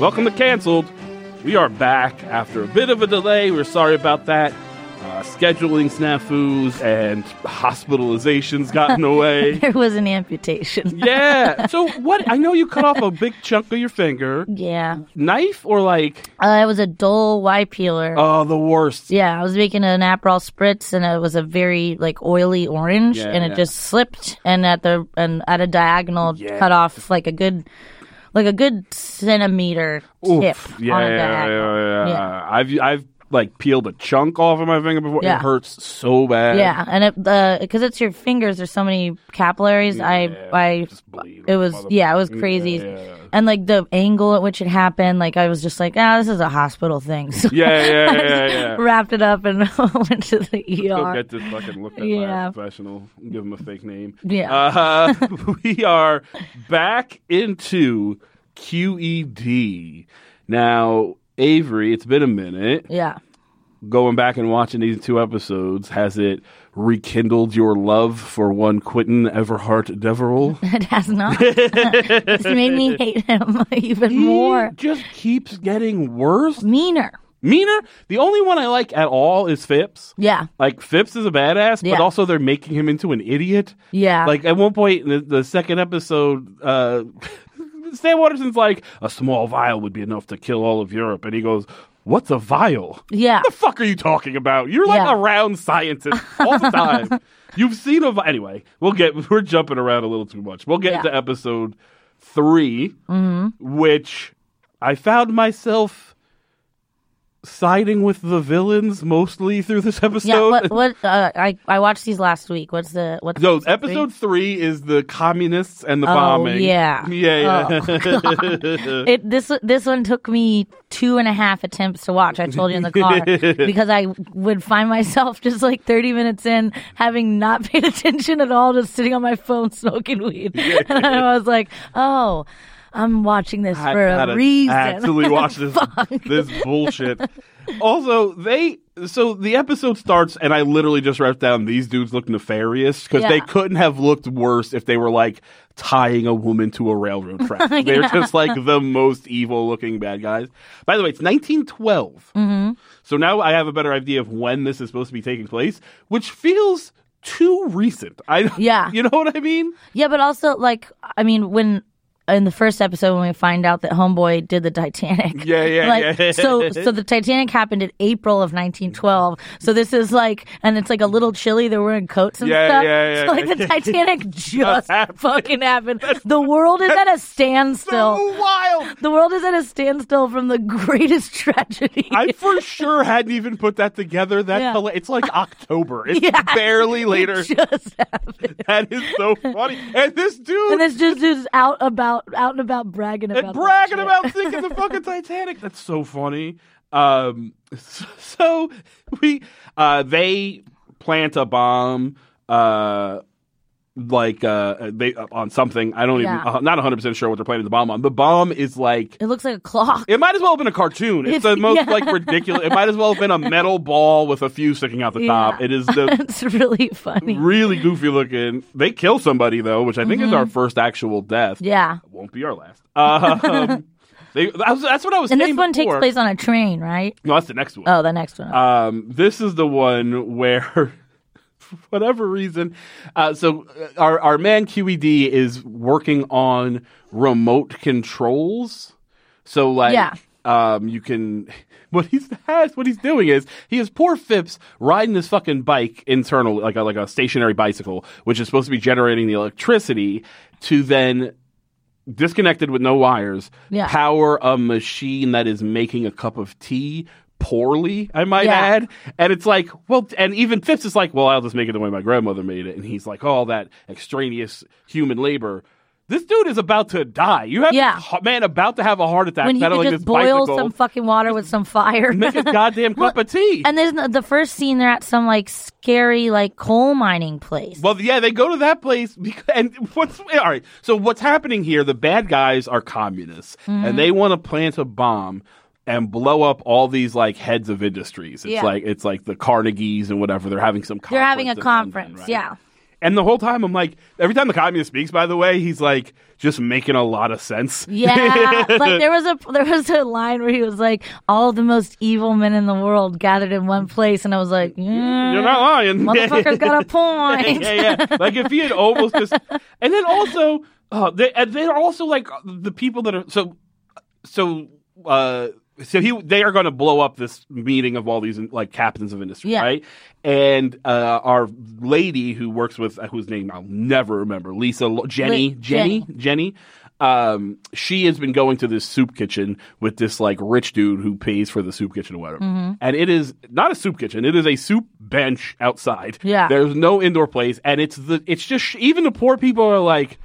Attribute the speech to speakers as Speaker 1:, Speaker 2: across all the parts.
Speaker 1: Welcome to Cancelled. We are back after a bit of a delay. We're sorry about that. Uh, scheduling snafus and hospitalizations got in the way.
Speaker 2: There was an amputation.
Speaker 1: yeah. So what? I know you cut off a big chunk of your finger.
Speaker 2: Yeah.
Speaker 1: Knife or like?
Speaker 2: Uh, it was a dull Y peeler.
Speaker 1: Oh, the worst.
Speaker 2: yeah, I was making an Aperol spritz, and it was a very like oily orange,
Speaker 1: Yeah,
Speaker 2: and it
Speaker 1: yeah.
Speaker 2: just slipped, and at the and at a diagonal,
Speaker 1: Yeah.
Speaker 2: cut off like a good, like a good centimeter tip
Speaker 1: Oof. Yeah,
Speaker 2: on a
Speaker 1: yeah, yeah, yeah,
Speaker 2: diagonal.
Speaker 1: yeah. I've I've like peeled a chunk off of my finger before.
Speaker 2: Yeah.
Speaker 1: It hurts so bad.
Speaker 2: Yeah, and it because it's your fingers. There's so many capillaries. I I
Speaker 1: Just bleed.
Speaker 2: it was
Speaker 1: Mother-
Speaker 2: yeah, it was crazy.
Speaker 1: yeah.
Speaker 2: And like the angle at which it happened, like I was just like, ah, this is a hospital thing. So
Speaker 1: Yeah, yeah, yeah, yeah.
Speaker 2: wrapped it up and went to the
Speaker 1: Go
Speaker 2: ER.
Speaker 1: get this fucking looked at by
Speaker 2: Yeah.
Speaker 1: a professional. Give him a fake name.
Speaker 2: Yeah.
Speaker 1: Uh, we are back into QED. Now, Avery, it's been a minute.
Speaker 2: yeah.
Speaker 1: Going back and watching these two episodes, has it rekindled your love for one Quentin Everhart Deverell?
Speaker 2: It has not. it's made me hate him even more.
Speaker 1: He just keeps getting worse.
Speaker 2: Meaner.
Speaker 1: Meaner. The only one I like at all is Phipps.
Speaker 2: Yeah.
Speaker 1: Like Phipps is a badass,
Speaker 2: Yeah.
Speaker 1: but also they're making him into an idiot.
Speaker 2: Yeah.
Speaker 1: Like at one point in the, the second episode, uh, Sam Waterson's like, "A small vial would be enough to kill all of Europe," and he goes, "What's a vial?"
Speaker 2: yeah.
Speaker 1: What the fuck are you talking about? You're like
Speaker 2: Yeah.
Speaker 1: around scientists all the time. You've seen a vi- anyway. We'll get we're jumping around a little too much. We'll get
Speaker 2: Yeah. Mm-hmm.
Speaker 1: to episode 3 which I found myself siding with the villains mostly through this episode.
Speaker 2: Yeah. What? What? Uh, I I watched these last week. What's the what's
Speaker 1: So
Speaker 2: the-
Speaker 1: episode three is the communists and the
Speaker 2: Oh,
Speaker 1: bombing.
Speaker 2: yeah. Oh,
Speaker 1: yeah, yeah.
Speaker 2: It, this this one took me two and a half attempts to watch. I told you in the car because I would find myself just like thirty minutes in, having not paid attention at all, just sitting on my phone smoking weed, and I was like, "Oh, I'm watching this
Speaker 1: I
Speaker 2: for
Speaker 1: had
Speaker 2: a
Speaker 1: to
Speaker 2: reason."
Speaker 1: Actually, watch this this bullshit. Also, they so the episode starts, and I literally just wrote down these dudes look nefarious because they
Speaker 2: Yeah.
Speaker 1: couldn't have looked worse if they were like tying a woman to a railroad track. They're just like the most evil looking bad guys. By the way, it's 1912,
Speaker 2: Mm-hmm.
Speaker 1: so now I have a better idea of when this is supposed to be taking place, which feels too recent. I
Speaker 2: Yeah.
Speaker 1: you know what I mean.
Speaker 2: Yeah, but also like I mean when in the first episode when we find out that Homeboy did the Titanic.
Speaker 1: Yeah, yeah,
Speaker 2: like,
Speaker 1: yeah.
Speaker 2: So so the Titanic happened in April of 1912. So this is like and it's like a little chilly. They're wearing coats and
Speaker 1: Yeah,
Speaker 2: stuff.
Speaker 1: yeah, yeah.
Speaker 2: So like the Titanic just
Speaker 1: happened.
Speaker 2: fucking happened. The world is at a standstill.
Speaker 1: So wild.
Speaker 2: the world is at a standstill from the greatest tragedy.
Speaker 1: I for sure hadn't even put that together. That's
Speaker 2: Yeah.
Speaker 1: hila- it's like October. It's
Speaker 2: Yeah.
Speaker 1: barely later.
Speaker 2: just happened.
Speaker 1: that is so funny. And this dude
Speaker 2: And this just is out about out and about bragging about
Speaker 1: and
Speaker 2: that
Speaker 1: bragging
Speaker 2: shit.
Speaker 1: about sinking the fucking Titanic. That's so funny. Um, so, so we uh, they plant a bomb. Uh, like uh, they uh, on something I don't
Speaker 2: Yeah.
Speaker 1: even uh, not 100 percent sure what they're planting the bomb on. The bomb is like
Speaker 2: It looks like a clock.
Speaker 1: It might as well have been a cartoon. It's
Speaker 2: It's-
Speaker 1: the most
Speaker 2: yeah.
Speaker 1: like ridiculous. It might as well have been a metal ball with a fuse sticking out the top.
Speaker 2: Yeah.
Speaker 1: It Mm-hmm. is the
Speaker 2: It's really funny.
Speaker 1: really goofy looking. They kill somebody though, which I think is our first actual death.
Speaker 2: Mm-hmm. Yeah.
Speaker 1: won't be our last. Um, they, that's, that's what I was.
Speaker 2: And
Speaker 1: saying
Speaker 2: this one takes
Speaker 1: before.
Speaker 2: place on a train, right?
Speaker 1: No, that's the next one.
Speaker 2: Oh, the next one.
Speaker 1: Um, this is the one where, for whatever reason, uh, so uh, our our man QED is working on remote controls. So like,
Speaker 2: Yeah.
Speaker 1: um, you can. What he's has, what he's doing is he has poor Phipps riding his fucking bike internal, like a, like a stationary bicycle, which is supposed to be generating the electricity to then disconnected with no wires,
Speaker 2: Yeah.
Speaker 1: power a machine that is making a cup of tea poorly, I might
Speaker 2: Yeah.
Speaker 1: add. And it's like, well, and even Phipps is like, well, I'll just make it the way my grandmother made it. And he's like, all that extraneous human labor. This dude is about to die. You have
Speaker 2: Yeah.
Speaker 1: a man about to have a heart attack
Speaker 2: when he
Speaker 1: pedaling
Speaker 2: could
Speaker 1: his
Speaker 2: just boil
Speaker 1: bicycle.
Speaker 2: some fucking water with some fire.
Speaker 1: make a goddamn cup of tea.
Speaker 2: and there's the- the first scene. They're at some like scary like coal mining place.
Speaker 1: Well, yeah, they go to that place. Because, and what's all right? So what's happening here? The bad guys are communists,
Speaker 2: Hmm.
Speaker 1: and they want to plant a bomb and blow up all these like heads of industries. It's
Speaker 2: Yeah.
Speaker 1: like it's like the Carnegies and whatever. They're having some.
Speaker 2: They're having a
Speaker 1: conference in London,
Speaker 2: conference.
Speaker 1: right?
Speaker 2: Yeah.
Speaker 1: And the whole time, I'm like, every time the communist speaks, by the way, he's like just making a lot of sense.
Speaker 2: Yeah, like there was a there was a line where he was like, "All the most evil men in the world gathered in one place," and I was like, yeah,
Speaker 1: You're not lying.
Speaker 2: motherfucker's got a point."
Speaker 1: yeah, yeah. Like if he had almost just, and then also, uh, they, and they're also like the people that are so, so, uh, so he they are going to blow up this meeting of all these like captains of industry,
Speaker 2: Yeah.
Speaker 1: right? And uh, our lady who works with uh, whose name I'll never remember, Lisa Lo- Jenny,
Speaker 2: Wait,
Speaker 1: Jenny, Jenny. Um, she has been going to this soup kitchen with this like rich dude who pays for the soup kitchen or whatever,
Speaker 2: Mm-hmm.
Speaker 1: and it is not a soup kitchen; it is a soup bench outside.
Speaker 2: Yeah.
Speaker 1: there's no indoor place, and it's the it's just even the poor people are like.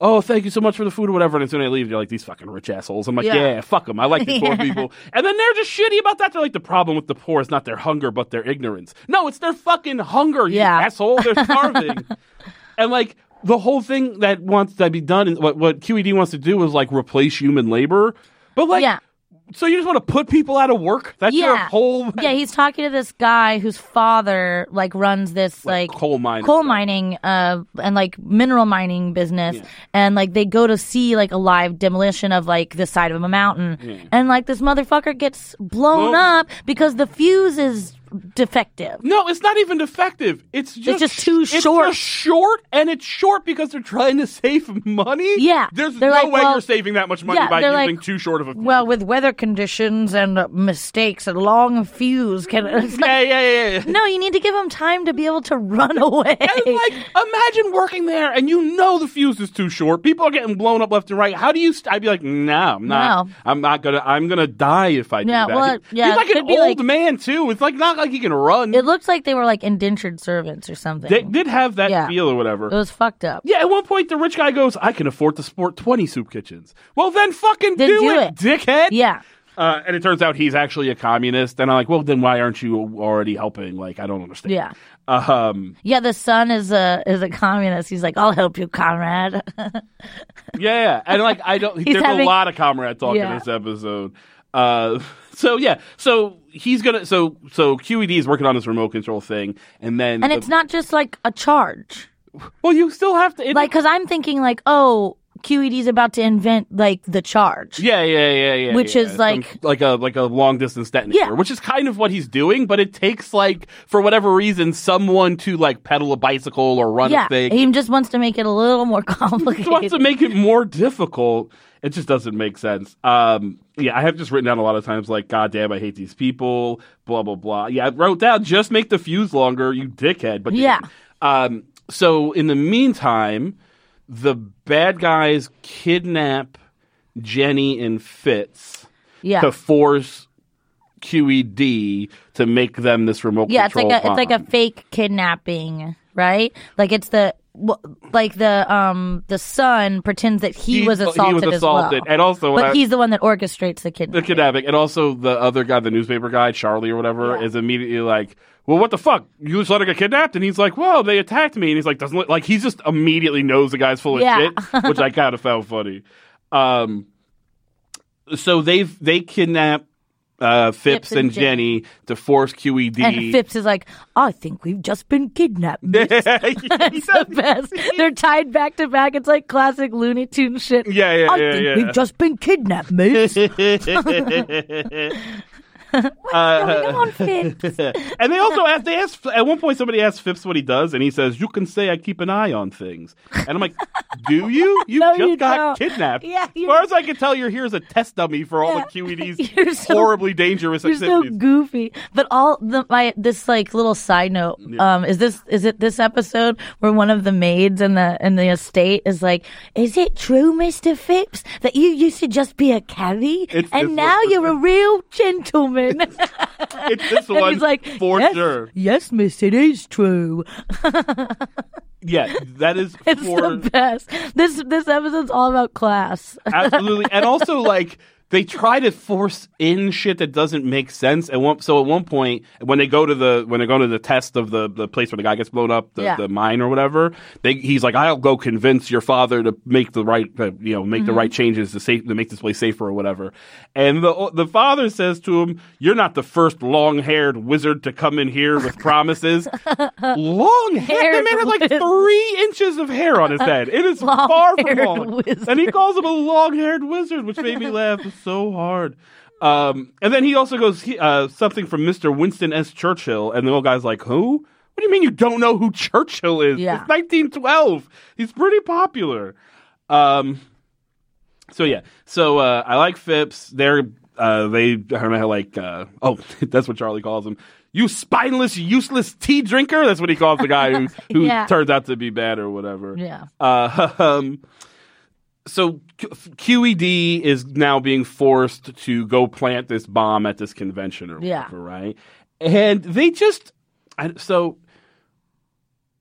Speaker 1: Oh, thank you so much for the food or whatever. And as soon as they leave, you're like, these fucking rich assholes. I'm like,
Speaker 2: Yeah.
Speaker 1: yeah, fuck them. I like these poor
Speaker 2: Yeah.
Speaker 1: people. And then they're just shitty about that. They're like, the problem with the poor is not their hunger, but their ignorance. No, it's their fucking hunger, you
Speaker 2: Yeah.
Speaker 1: asshole. They're starving. and like, the whole thing that wants to be done, and what, what QED wants to do is like replace human labor. But like,
Speaker 2: Yeah.
Speaker 1: so you just want to put people out of work? That's your
Speaker 2: Yeah.
Speaker 1: whole
Speaker 2: yeah, he's talking to this guy whose father like runs this
Speaker 1: Like
Speaker 2: like,
Speaker 1: coal mine or
Speaker 2: coal
Speaker 1: something.
Speaker 2: mining, uh, and like mineral mining business, and like they go to see like a live demolition of like the side of a mountain, and like this motherfucker gets blown
Speaker 1: Blown-
Speaker 2: up because the fuse is defective.
Speaker 1: No, it's not even defective. It's just,
Speaker 2: just too
Speaker 1: it's
Speaker 2: short.
Speaker 1: just short, and it's short because they're trying to save money.
Speaker 2: Yeah.
Speaker 1: there's
Speaker 2: They're
Speaker 1: no
Speaker 2: like,
Speaker 1: way
Speaker 2: well-
Speaker 1: you're saving that much money
Speaker 2: Yeah,
Speaker 1: by
Speaker 2: they're
Speaker 1: using
Speaker 2: like,
Speaker 1: too short of a. fuse.
Speaker 2: Well, with weather conditions and uh, mistakes, a long fuse can. It's like,
Speaker 1: yeah, yeah, yeah. yeah.
Speaker 2: no, you need to give him time to be able to run away.
Speaker 1: And like, imagine working there, and you know the fuse is too short. People are getting blown up left and right. How do you? St- I'd be like, no, I'm not.
Speaker 2: No.
Speaker 1: I'm not gonna. I'm gonna die if I do
Speaker 2: Yeah,
Speaker 1: that.
Speaker 2: well,
Speaker 1: He-
Speaker 2: yeah,
Speaker 1: he's like
Speaker 2: it
Speaker 1: an
Speaker 2: could be,
Speaker 1: old
Speaker 2: like-
Speaker 1: man too. It's like not like he can run.
Speaker 2: it looked like they were like indentured servants or something.
Speaker 1: they did have that
Speaker 2: Yeah.
Speaker 1: feel or whatever.
Speaker 2: It was fucked up.
Speaker 1: Yeah, at one point the rich guy goes, "I can afford to sport twenty soup kitchens." Well, then fucking
Speaker 2: Then
Speaker 1: do,
Speaker 2: do
Speaker 1: it,
Speaker 2: it.
Speaker 1: dickhead.
Speaker 2: Yeah.
Speaker 1: Uh, and it turns out he's actually a communist, and I'm like, "Well, then why aren't you already helping?" Like, I don't understand.
Speaker 2: Yeah.
Speaker 1: Um.
Speaker 2: Yeah, the son is a is a communist. He's like, I'll help you, comrade.
Speaker 1: Yeah, and like I don't. there's a
Speaker 2: having-
Speaker 1: lot of comrade talk in
Speaker 2: Yeah.
Speaker 1: this episode. Uh, so yeah, so he's gonna. So so QED is working on this remote control thing, and then
Speaker 2: and
Speaker 1: the-
Speaker 2: it's not just like a charge.
Speaker 1: well, you still have to it,
Speaker 2: Like, cause I'm thinking like, oh, QED's about to invent like the charge.
Speaker 1: Yeah, yeah, yeah, yeah.
Speaker 2: Which
Speaker 1: yeah.
Speaker 2: is
Speaker 1: Some-
Speaker 2: like-
Speaker 1: like a like a long distance detonator,
Speaker 2: Yeah.
Speaker 1: which is kind of what he's doing, but it takes like for whatever reason someone to like pedal a bicycle or run
Speaker 2: Yeah,
Speaker 1: a thing.
Speaker 2: he just wants to make it a little more complicated.
Speaker 1: He wants to make it more difficult. It just doesn't make sense. Um, yeah, I have just written down a lot of times like, "God damn, I hate these people." Blah blah blah. Yeah, I wrote down just make the fuse longer, you dickhead. But you
Speaker 2: Yeah.
Speaker 1: didn't. Um, so in the meantime, the bad guys kidnap Jenny and Fitz
Speaker 2: yeah,
Speaker 1: to force QED to make them this remote
Speaker 2: yeah. It's like
Speaker 1: control.
Speaker 2: a it's like a
Speaker 1: bomb.
Speaker 2: fake kidnapping, right? Like it's the wh- like the um the son pretends that he, was assaulted,
Speaker 1: He was assaulted,
Speaker 2: as well,
Speaker 1: and also
Speaker 2: but
Speaker 1: I-
Speaker 2: he's the one that orchestrates the kidnapping.
Speaker 1: the kidnapping, and also the other guy, the newspaper guy, Charlie or whatever,
Speaker 2: Yeah.
Speaker 1: is immediately like, "Well, what the fuck? You just let her get kidnapped?" And he's like, "Well, they attacked me." And he's like, "Doesn't look like he just immediately knows the guy's full of
Speaker 2: Yeah.
Speaker 1: shit," which I kind of found funny. Um, so they've they kidnap uh, Phipps,
Speaker 2: Phipps and
Speaker 1: and Jenny. to force E QED.
Speaker 2: And Phipps is like, I think we've just been kidnapped. It's the best. They're tied back to back. It's like classic Looney Tunes shit.
Speaker 1: Yeah, yeah,
Speaker 2: I
Speaker 1: yeah,
Speaker 2: think
Speaker 1: yeah.
Speaker 2: we've just been kidnapped, mates.
Speaker 1: Uh,
Speaker 2: Come on, Fitz.
Speaker 1: and they also asked, they asked, at one point somebody asked Phipps what he does, and he says, You can say I keep an eye on things. And I'm like, Do you? You
Speaker 2: No,
Speaker 1: just
Speaker 2: you
Speaker 1: got
Speaker 2: don't.
Speaker 1: kidnapped.
Speaker 2: Yeah,
Speaker 1: as
Speaker 2: you-
Speaker 1: far as I can tell, you're here as a test dummy for all
Speaker 2: Yeah.
Speaker 1: the QED's
Speaker 2: You're so-
Speaker 1: horribly dangerous
Speaker 2: You're so
Speaker 1: activities.
Speaker 2: goofy. But all the my this like little side note um is this is it this episode where one of the maids in the in the estate is like, Is it true, Mr. Phipps, that you used to just be a caddy
Speaker 1: It's
Speaker 2: and
Speaker 1: this
Speaker 2: now
Speaker 1: one.
Speaker 2: you're a real gentleman?
Speaker 1: it's this
Speaker 2: and
Speaker 1: one
Speaker 2: he's like,
Speaker 1: for
Speaker 2: yes,
Speaker 1: sure.
Speaker 2: Yes, miss, it is true.
Speaker 1: Yeah, that is
Speaker 2: It's
Speaker 1: for
Speaker 2: the best. This this episode's all about class.
Speaker 1: absolutely. And also, like, they try to force in shit that doesn't make sense. And one, so at one point, when they go to the when they go to the test of the, the place where the guy gets blown up, the,
Speaker 2: Yeah.
Speaker 1: the mine or whatever, they, he's like, "I'll go convince your father to make the right uh, you know make the
Speaker 2: Mm-hmm.
Speaker 1: right changes to safe to make this place safer or whatever." And the the father says to him, "You're not the first long haired wizard to come in here with promises. long hair. The
Speaker 2: Haired
Speaker 1: man had like
Speaker 2: wizard.
Speaker 1: three inches of hair on his head. It is far from
Speaker 2: Long-haired
Speaker 1: long. And he
Speaker 2: wizard.
Speaker 1: calls him a long-haired wizard, which made me laugh so hard. Um, and then he also goes he, uh, something from Mr. Winston S. Churchill, and the little guy's like, "Who? What do you mean you don't know who Churchill is?
Speaker 2: Yeah.
Speaker 1: It's 1912. He's pretty popular." Um, so yeah, so uh, I like Phipps. They're uh, they I don't know how like uh, oh that's what Charlie calls him. You spineless, useless tea drinker. That's what he calls the guy who, who
Speaker 2: Yeah.
Speaker 1: turns out to be bad or whatever.
Speaker 2: Yeah.
Speaker 1: Uh, um, so Q- QED is now being forced to go plant this bomb at this convention or
Speaker 2: Yeah.
Speaker 1: whatever, right? And they just I, so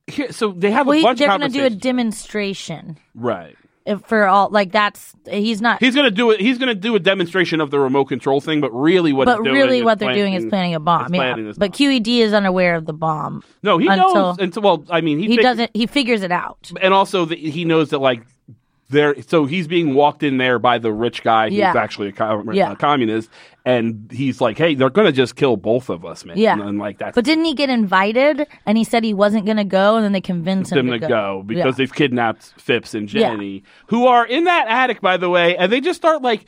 Speaker 1: here, so they have a
Speaker 2: Well,
Speaker 1: bunch
Speaker 2: they're
Speaker 1: of
Speaker 2: going to do a
Speaker 1: conversations,
Speaker 2: demonstration
Speaker 1: right?
Speaker 2: if- for all. Like that's he's not.
Speaker 1: He's gonna do it. He's gonna do a demonstration of the remote control thing, but really what
Speaker 2: but
Speaker 1: he's doing
Speaker 2: really,
Speaker 1: is
Speaker 2: what they're doing is planning a bomb.
Speaker 1: is
Speaker 2: yeah.
Speaker 1: planning this
Speaker 2: But
Speaker 1: bomb.
Speaker 2: QED is unaware of the bomb.
Speaker 1: No, he
Speaker 2: until-
Speaker 1: knows. And so, well, I mean, he,
Speaker 2: He
Speaker 1: fig-
Speaker 2: doesn't. He figures it out.
Speaker 1: and also that he knows that like there so he's being walked in there by the rich guy who's
Speaker 2: Yeah.
Speaker 1: actually a, co-
Speaker 2: Yeah.
Speaker 1: a communist and he's like hey they're gonna just kill both of us man
Speaker 2: Yeah.
Speaker 1: and, and, like that's
Speaker 2: But didn't he get invited? And he said he wasn't going to go, and then they convinced him
Speaker 1: them to go because
Speaker 2: Yeah.
Speaker 1: they've kidnapped Phipps and
Speaker 2: Yeah.
Speaker 1: Jenny, who are in that attic, by the way, and they just start like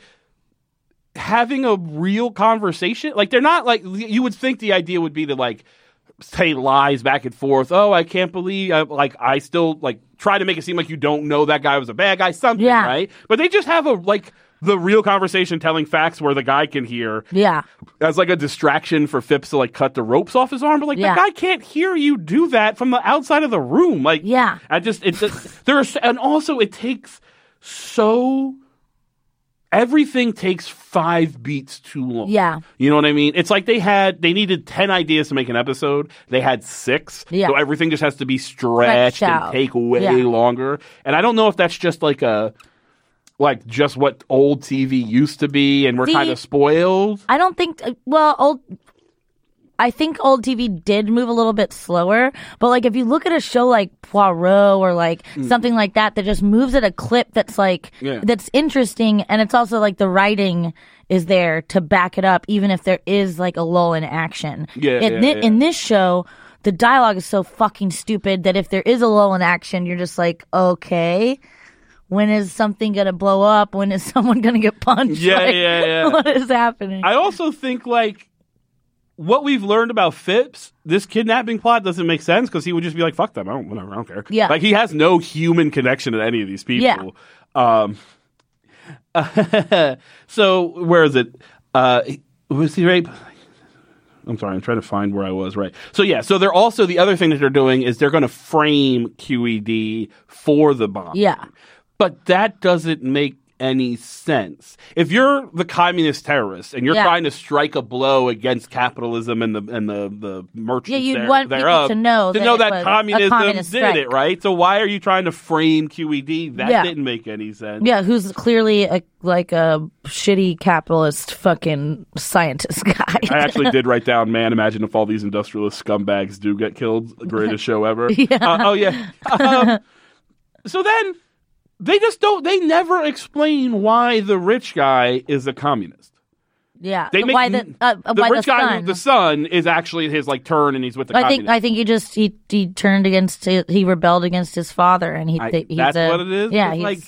Speaker 1: having a real conversation. Like they're not like you would think the idea would be to like say lies back and forth. Oh, I can't believe I, like I still like try to make it seem like you don't know that guy was a bad guy, something,
Speaker 2: Yeah.
Speaker 1: right? But they just have a like the real conversation telling facts where the guy can hear
Speaker 2: Yeah.
Speaker 1: as like a distraction for Phipps to like cut the ropes off his arm, but like
Speaker 2: Yeah.
Speaker 1: the guy can't hear you do that from the outside of the room. Like,
Speaker 2: Yeah.
Speaker 1: I just it's just, there's and also it takes so everything takes five beats too long.
Speaker 2: Yeah.
Speaker 1: You know what I mean? It's like they had they needed ten ideas to make an episode. They had six.
Speaker 2: Yeah.
Speaker 1: So everything just has to be stretched,
Speaker 2: Stretched out.
Speaker 1: and take way
Speaker 2: Yeah.
Speaker 1: longer. And I don't know if that's just like a like just what old TV used to be and we're
Speaker 2: See,
Speaker 1: kind of spoiled.
Speaker 2: I don't think. uh, Well, old. I think old TV did move a little bit slower, but like if you look at a show like Poirot or like something like that that just moves at a clip that's like
Speaker 1: Hmm. Yeah.
Speaker 2: that's interesting, and it's also like the writing is there to back it up, even if there is like a lull in action.
Speaker 1: Yeah,
Speaker 2: in,
Speaker 1: yeah,
Speaker 2: thi-
Speaker 1: yeah.
Speaker 2: in this show. The dialogue is so fucking stupid that if there is a lull in action, you're just like, okay, when is something gonna blow up? When is someone gonna get punched?
Speaker 1: Yeah,
Speaker 2: Like,
Speaker 1: yeah, yeah.
Speaker 2: What is happening?
Speaker 1: I also think like what we've learned about Phipps, this kidnapping plot doesn't make sense because he would just be like, "Fuck them, I don't, whatever, I don't care."
Speaker 2: Yeah.
Speaker 1: like he has no human connection to any of these people. Um, so where is it? Uh, was he right? I'm sorry, I'm trying to find where I was. Right. So yeah, so they're also the other thing that they're doing is they're going to frame QED for the bomb.
Speaker 2: Yeah.
Speaker 1: But that doesn't make any sense. If you're the communist terrorist and you're
Speaker 2: Yeah.
Speaker 1: trying to strike a blow against capitalism and the and the, the merchants
Speaker 2: Yeah, you'd
Speaker 1: there-
Speaker 2: want people
Speaker 1: thereof,
Speaker 2: to know
Speaker 1: to
Speaker 2: that
Speaker 1: know
Speaker 2: it
Speaker 1: that
Speaker 2: was a
Speaker 1: communism
Speaker 2: communist
Speaker 1: did it,
Speaker 2: strike.
Speaker 1: right? So why are you trying to frame QED? That
Speaker 2: Yeah.
Speaker 1: didn't make any sense.
Speaker 2: Yeah, who's clearly a like a shitty capitalist fucking scientist
Speaker 1: I
Speaker 2: guy.
Speaker 1: actually did write down, man, imagine if all these industrialist scumbags do get killed. Greatest show ever. Yeah. oh, yeah. Um, so then they just don't, they never explain why the rich guy is a communist.
Speaker 2: yeah,
Speaker 1: They make
Speaker 2: why the, uh, uh,
Speaker 1: the
Speaker 2: why
Speaker 1: rich
Speaker 2: the
Speaker 1: guy,
Speaker 2: son?
Speaker 1: who- the son, is actually his like turn, and he's with the.
Speaker 2: I think
Speaker 1: communists.
Speaker 2: I think he just he he turned against his, he rebelled against his father and he
Speaker 1: I-
Speaker 2: thi- he's
Speaker 1: that's
Speaker 2: a,
Speaker 1: what it is.
Speaker 2: Yeah,
Speaker 1: It's
Speaker 2: he's,
Speaker 1: like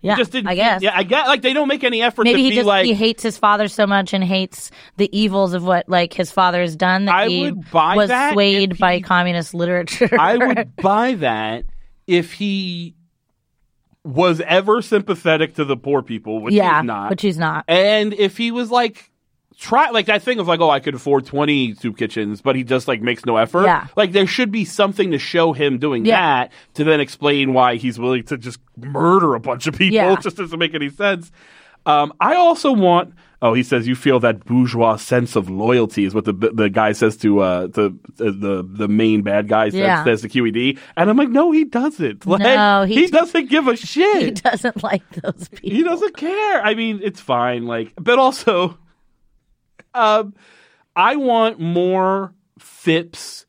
Speaker 2: yeah.
Speaker 1: just didn't.
Speaker 2: I guess.
Speaker 1: Yeah, I guess. Like they don't make any effort
Speaker 2: Maybe
Speaker 1: to
Speaker 2: he
Speaker 1: be
Speaker 2: just
Speaker 1: like.
Speaker 2: he hates his father so much and hates the evils of what like his father has done that
Speaker 1: I
Speaker 2: he
Speaker 1: would buy
Speaker 2: was
Speaker 1: that
Speaker 2: swayed
Speaker 1: if
Speaker 2: by
Speaker 1: he-
Speaker 2: communist literature.
Speaker 1: I would buy that if he was ever sympathetic to the poor people, which
Speaker 2: yeah,
Speaker 1: he's not.
Speaker 2: but he's not.
Speaker 1: and if he was like try like that thing of like oh i could afford 20 soup kitchens but he just like makes no effort
Speaker 2: Yeah.
Speaker 1: like there should be something to show him doing
Speaker 2: Yeah.
Speaker 1: that to then explain why he's willing to just murder a bunch of people
Speaker 2: Yeah.
Speaker 1: just doesn't make any sense Um, I also want. Oh, he says you feel that bourgeois sense of loyalty is what the the guy says to uh to, to the the main bad guy says,
Speaker 2: Yeah.
Speaker 1: says to QED, and I'm like, no, he doesn't. Like,
Speaker 2: No,
Speaker 1: he,
Speaker 2: he-
Speaker 1: doesn't give a shit.
Speaker 2: He doesn't like those people.
Speaker 1: He doesn't care. I mean, it's fine. Like, but also, um, I want more Phipps.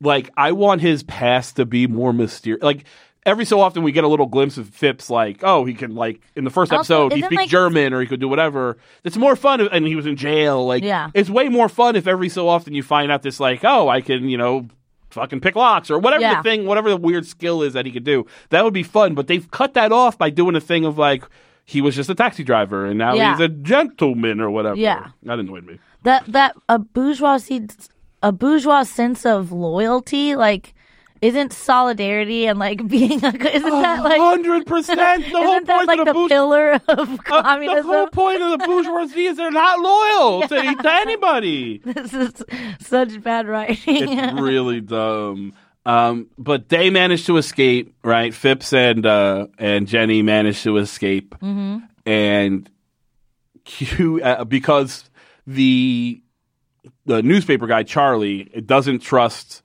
Speaker 1: Like, I want his past to be more mysterious. Like, every so often we get a little glimpse of Phipps. Like, oh, he can like in the first
Speaker 2: Also,
Speaker 1: episode he
Speaker 2: isn't,
Speaker 1: speaks
Speaker 2: like-
Speaker 1: German or he could do whatever. It's more fun, if- and he was in jail. Like,
Speaker 2: Yeah.
Speaker 1: it's way more fun if every so often you find out this like, oh, I can you know. Fucking pick locks or whatever
Speaker 2: Yeah.
Speaker 1: the thing, whatever the weird skill is that he could do. That would be fun, but they've cut that off by doing a thing of like he was just a taxi driver and now
Speaker 2: Yeah.
Speaker 1: he's a gentleman or whatever.
Speaker 2: Yeah.
Speaker 1: That annoyed me.
Speaker 2: that that a bourgeoisie a bourgeois sense of loyalty like isn't solidarity and like being a isn't that like
Speaker 1: hundred percent. Oh, The whole point
Speaker 2: isn't that like
Speaker 1: of the,
Speaker 2: the
Speaker 1: bourgeois
Speaker 2: pillar of
Speaker 1: the whole
Speaker 2: communism?
Speaker 1: point of the bourgeoisie is they're not loyal to, to anybody.
Speaker 2: This is such bad writing.
Speaker 1: It's really dumb. Um, but they managed to escape, right? Phipps and uh, and Jenny managed to escape,
Speaker 2: Mm-hmm.
Speaker 1: and Q uh, because the the newspaper guy Charlie doesn't trust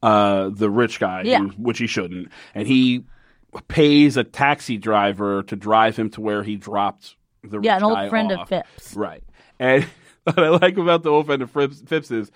Speaker 1: uh, the rich guy,
Speaker 2: Yeah.
Speaker 1: who- which he shouldn't, and he pays a taxi driver to drive him to where he dropped the
Speaker 2: yeah,
Speaker 1: rich
Speaker 2: an old
Speaker 1: guy
Speaker 2: friend
Speaker 1: off.
Speaker 2: of Phipps.
Speaker 1: Right. And what I like about the old friend of Phipps, Phipps is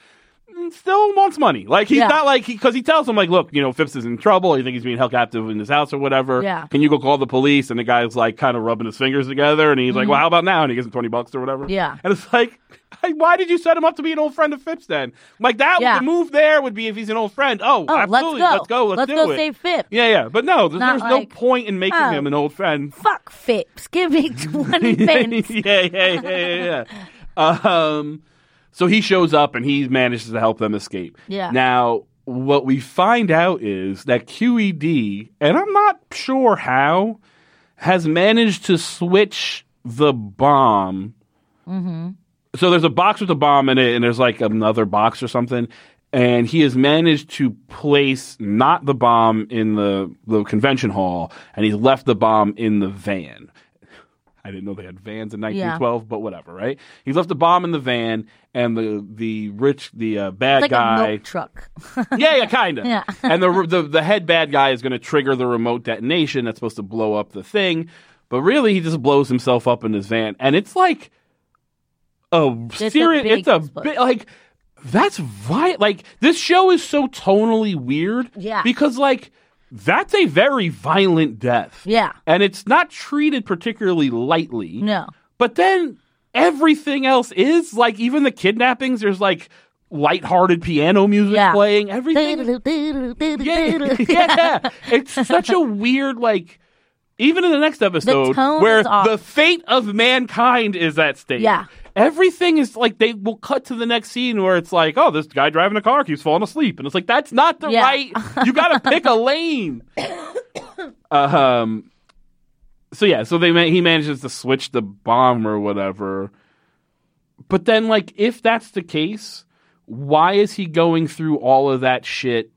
Speaker 1: mm, still wants money. Like he's
Speaker 2: Yeah.
Speaker 1: not like because he, tells him like, look, you know, Phipps is in trouble. You think he's being held captive in his house or whatever.
Speaker 2: Yeah.
Speaker 1: Can you go call the police? And the guy's like, kind of rubbing his fingers together, and he's like, well, how about now? And he gives him twenty bucks or whatever.
Speaker 2: Mm-hmm. Yeah.
Speaker 1: And it's like. Why did you set him up to be an old friend of Phipps then? Like that
Speaker 2: Yeah.
Speaker 1: the move there would be if he's an old friend. Oh,
Speaker 2: Oh,
Speaker 1: absolutely.
Speaker 2: let's go.
Speaker 1: Let's, do
Speaker 2: go
Speaker 1: it.
Speaker 2: save Phipps.
Speaker 1: yeah, yeah. But no, there's,
Speaker 2: Not
Speaker 1: there's no
Speaker 2: like,
Speaker 1: point in making
Speaker 2: oh.
Speaker 1: him an old friend.
Speaker 2: Fuck Phipps. Give me twenty pence.
Speaker 1: yeah, yeah, yeah, yeah, yeah. Um, so he shows up and he manages to help them escape.
Speaker 2: Yeah.
Speaker 1: Now, what we find out is that QED, and I'm not sure how, has managed to switch the bomb. Mm-hmm. So there's a box with a bomb in it, and there's like another box or something. And he has managed to place not the bomb in the, the convention hall, and he's left the bomb in the van. I didn't know they had vans in 1912, but whatever, right? He left the bomb in the van, and the the rich, the uh, bad
Speaker 2: It's like a
Speaker 1: guy,
Speaker 2: milk truck.
Speaker 1: yeah, yeah, kind of,
Speaker 2: Yeah.
Speaker 1: and the, the the head bad guy is going to trigger the remote detonation that's supposed to blow up the thing, but really he just blows himself up in his van, and it's like a
Speaker 2: a
Speaker 1: serious,
Speaker 2: big
Speaker 1: it's a
Speaker 2: explosion.
Speaker 1: bit like that's vi Like this show is so tonally weird,
Speaker 2: Yeah.
Speaker 1: because like that's a very violent death,
Speaker 2: yeah.
Speaker 1: and it's not treated particularly lightly.
Speaker 2: No.
Speaker 1: But then everything else is like even the kidnappings. There's like lighthearted piano music
Speaker 2: Yeah.
Speaker 1: playing. Everything. Yeah,
Speaker 2: Yeah.
Speaker 1: yeah. It's such a weird like. Even in the next episode,
Speaker 2: tone
Speaker 1: where
Speaker 2: is off.
Speaker 1: the fate of mankind is at stake,
Speaker 2: Yeah.
Speaker 1: everything is like they will cut to the next scene where it's like, oh, this guy driving a car keeps falling asleep, and it's like that's not the
Speaker 2: Yeah.
Speaker 1: right. You got to pick a lane. um, so yeah, so they ma- he manages to switch the bomb or whatever. But then, like, if that's the case, why is he going through all of that shit?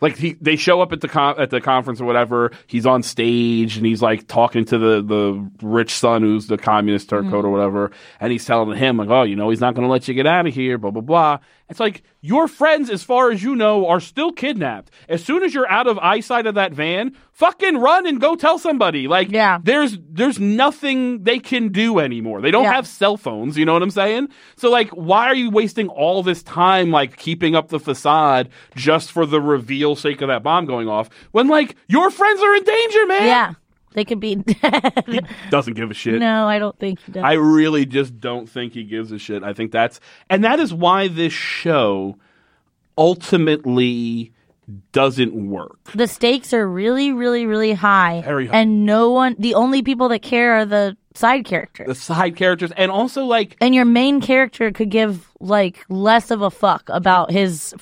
Speaker 1: Like, he, they show up at the con- at the conference or whatever. He's on stage and he's like talking to the the rich son who's the communist turncoat
Speaker 2: Mm-hmm.
Speaker 1: or whatever, and he's telling him like, oh, you know, he's not going to let you get out of here, blah blah blah. It's like your friends, as far as you know, are still kidnapped. As soon as you're out of eyesight of that van, fucking run and go tell somebody. Like,
Speaker 2: Yeah.
Speaker 1: there's there's nothing they can do anymore. They don't
Speaker 2: Yeah.
Speaker 1: have cell phones, you know what I'm saying? So like why are you wasting all this time like keeping up the facade just for the reveal sake of that bomb going off when like your friends are in danger, man?
Speaker 2: Yeah. They could be dead.
Speaker 1: Doesn't give a shit.
Speaker 2: no, I don't think he does.
Speaker 1: I really just don't think he gives a shit. I think that's and that is why this show ultimately doesn't work.
Speaker 2: the stakes are really, really, really high.
Speaker 1: Very high.
Speaker 2: And no one, the only people that care are the side characters.
Speaker 1: The side characters and also like
Speaker 2: and your main character could give like less of a fuck about his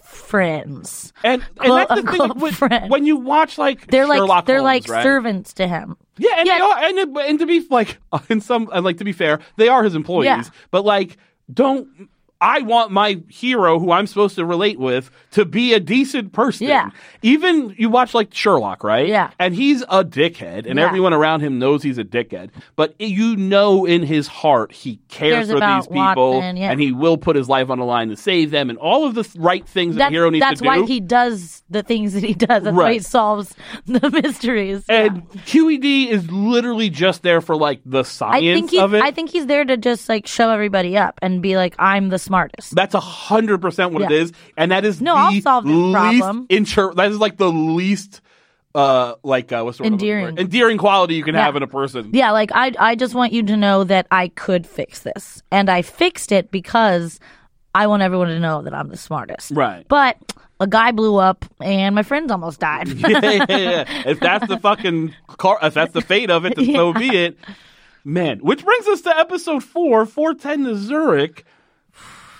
Speaker 2: friends.
Speaker 1: and, and
Speaker 2: Quote,
Speaker 1: that's the thing like,
Speaker 2: unquote,
Speaker 1: when,
Speaker 2: friend.
Speaker 1: when you watch like
Speaker 2: They're like
Speaker 1: Sherlock
Speaker 2: they're
Speaker 1: Holmes,
Speaker 2: like
Speaker 1: right?
Speaker 2: servants to him.
Speaker 1: Yeah, and
Speaker 2: Yeah.
Speaker 1: they are, and, it- and to be like, in some, and like to be fair, they are his employees,
Speaker 2: Yeah.
Speaker 1: but like, don't. I want my hero, who I'm supposed to relate with, to be a decent person.
Speaker 2: Yeah.
Speaker 1: Even you watch like Sherlock, right?
Speaker 2: Yeah.
Speaker 1: And he's a dickhead, and
Speaker 2: Yeah.
Speaker 1: everyone around him knows he's a dickhead. But i- you know, in his heart, he cares
Speaker 2: Cares
Speaker 1: for
Speaker 2: about
Speaker 1: these people,
Speaker 2: Watson, yeah.
Speaker 1: and he will put his life on the line to save them, and all of the th- right things that,
Speaker 2: That's,
Speaker 1: the hero needs
Speaker 2: that's
Speaker 1: to
Speaker 2: why
Speaker 1: do.
Speaker 2: he does the things that he does. That's why he
Speaker 1: Right.
Speaker 2: solves the mysteries.
Speaker 1: and QED is literally just there for like the
Speaker 2: I
Speaker 1: science
Speaker 2: think he's,
Speaker 1: of it.
Speaker 2: I think he's there to just like show everybody up and be like, I'm the smartest.
Speaker 1: That's a hundred percent what it
Speaker 2: Yeah.
Speaker 1: is, and that is
Speaker 2: No,
Speaker 1: the
Speaker 2: I'll solve this
Speaker 1: least
Speaker 2: problem.
Speaker 1: Inter- that is like the least, uh, like uh, what's the word I'm looking for?
Speaker 2: Endearing.
Speaker 1: endearing quality you can
Speaker 2: Yeah.
Speaker 1: have in a person.
Speaker 2: Yeah, like I I just want you to know that I could fix this. And I fixed it because I want everyone to know that I'm the smartest.
Speaker 1: Right.
Speaker 2: But a guy blew up and my friends almost died.
Speaker 1: yeah, yeah, yeah. If that's the fucking car, if that's the fate of it, then so be it. Man, which brings us to episode four, four ten to Zurich,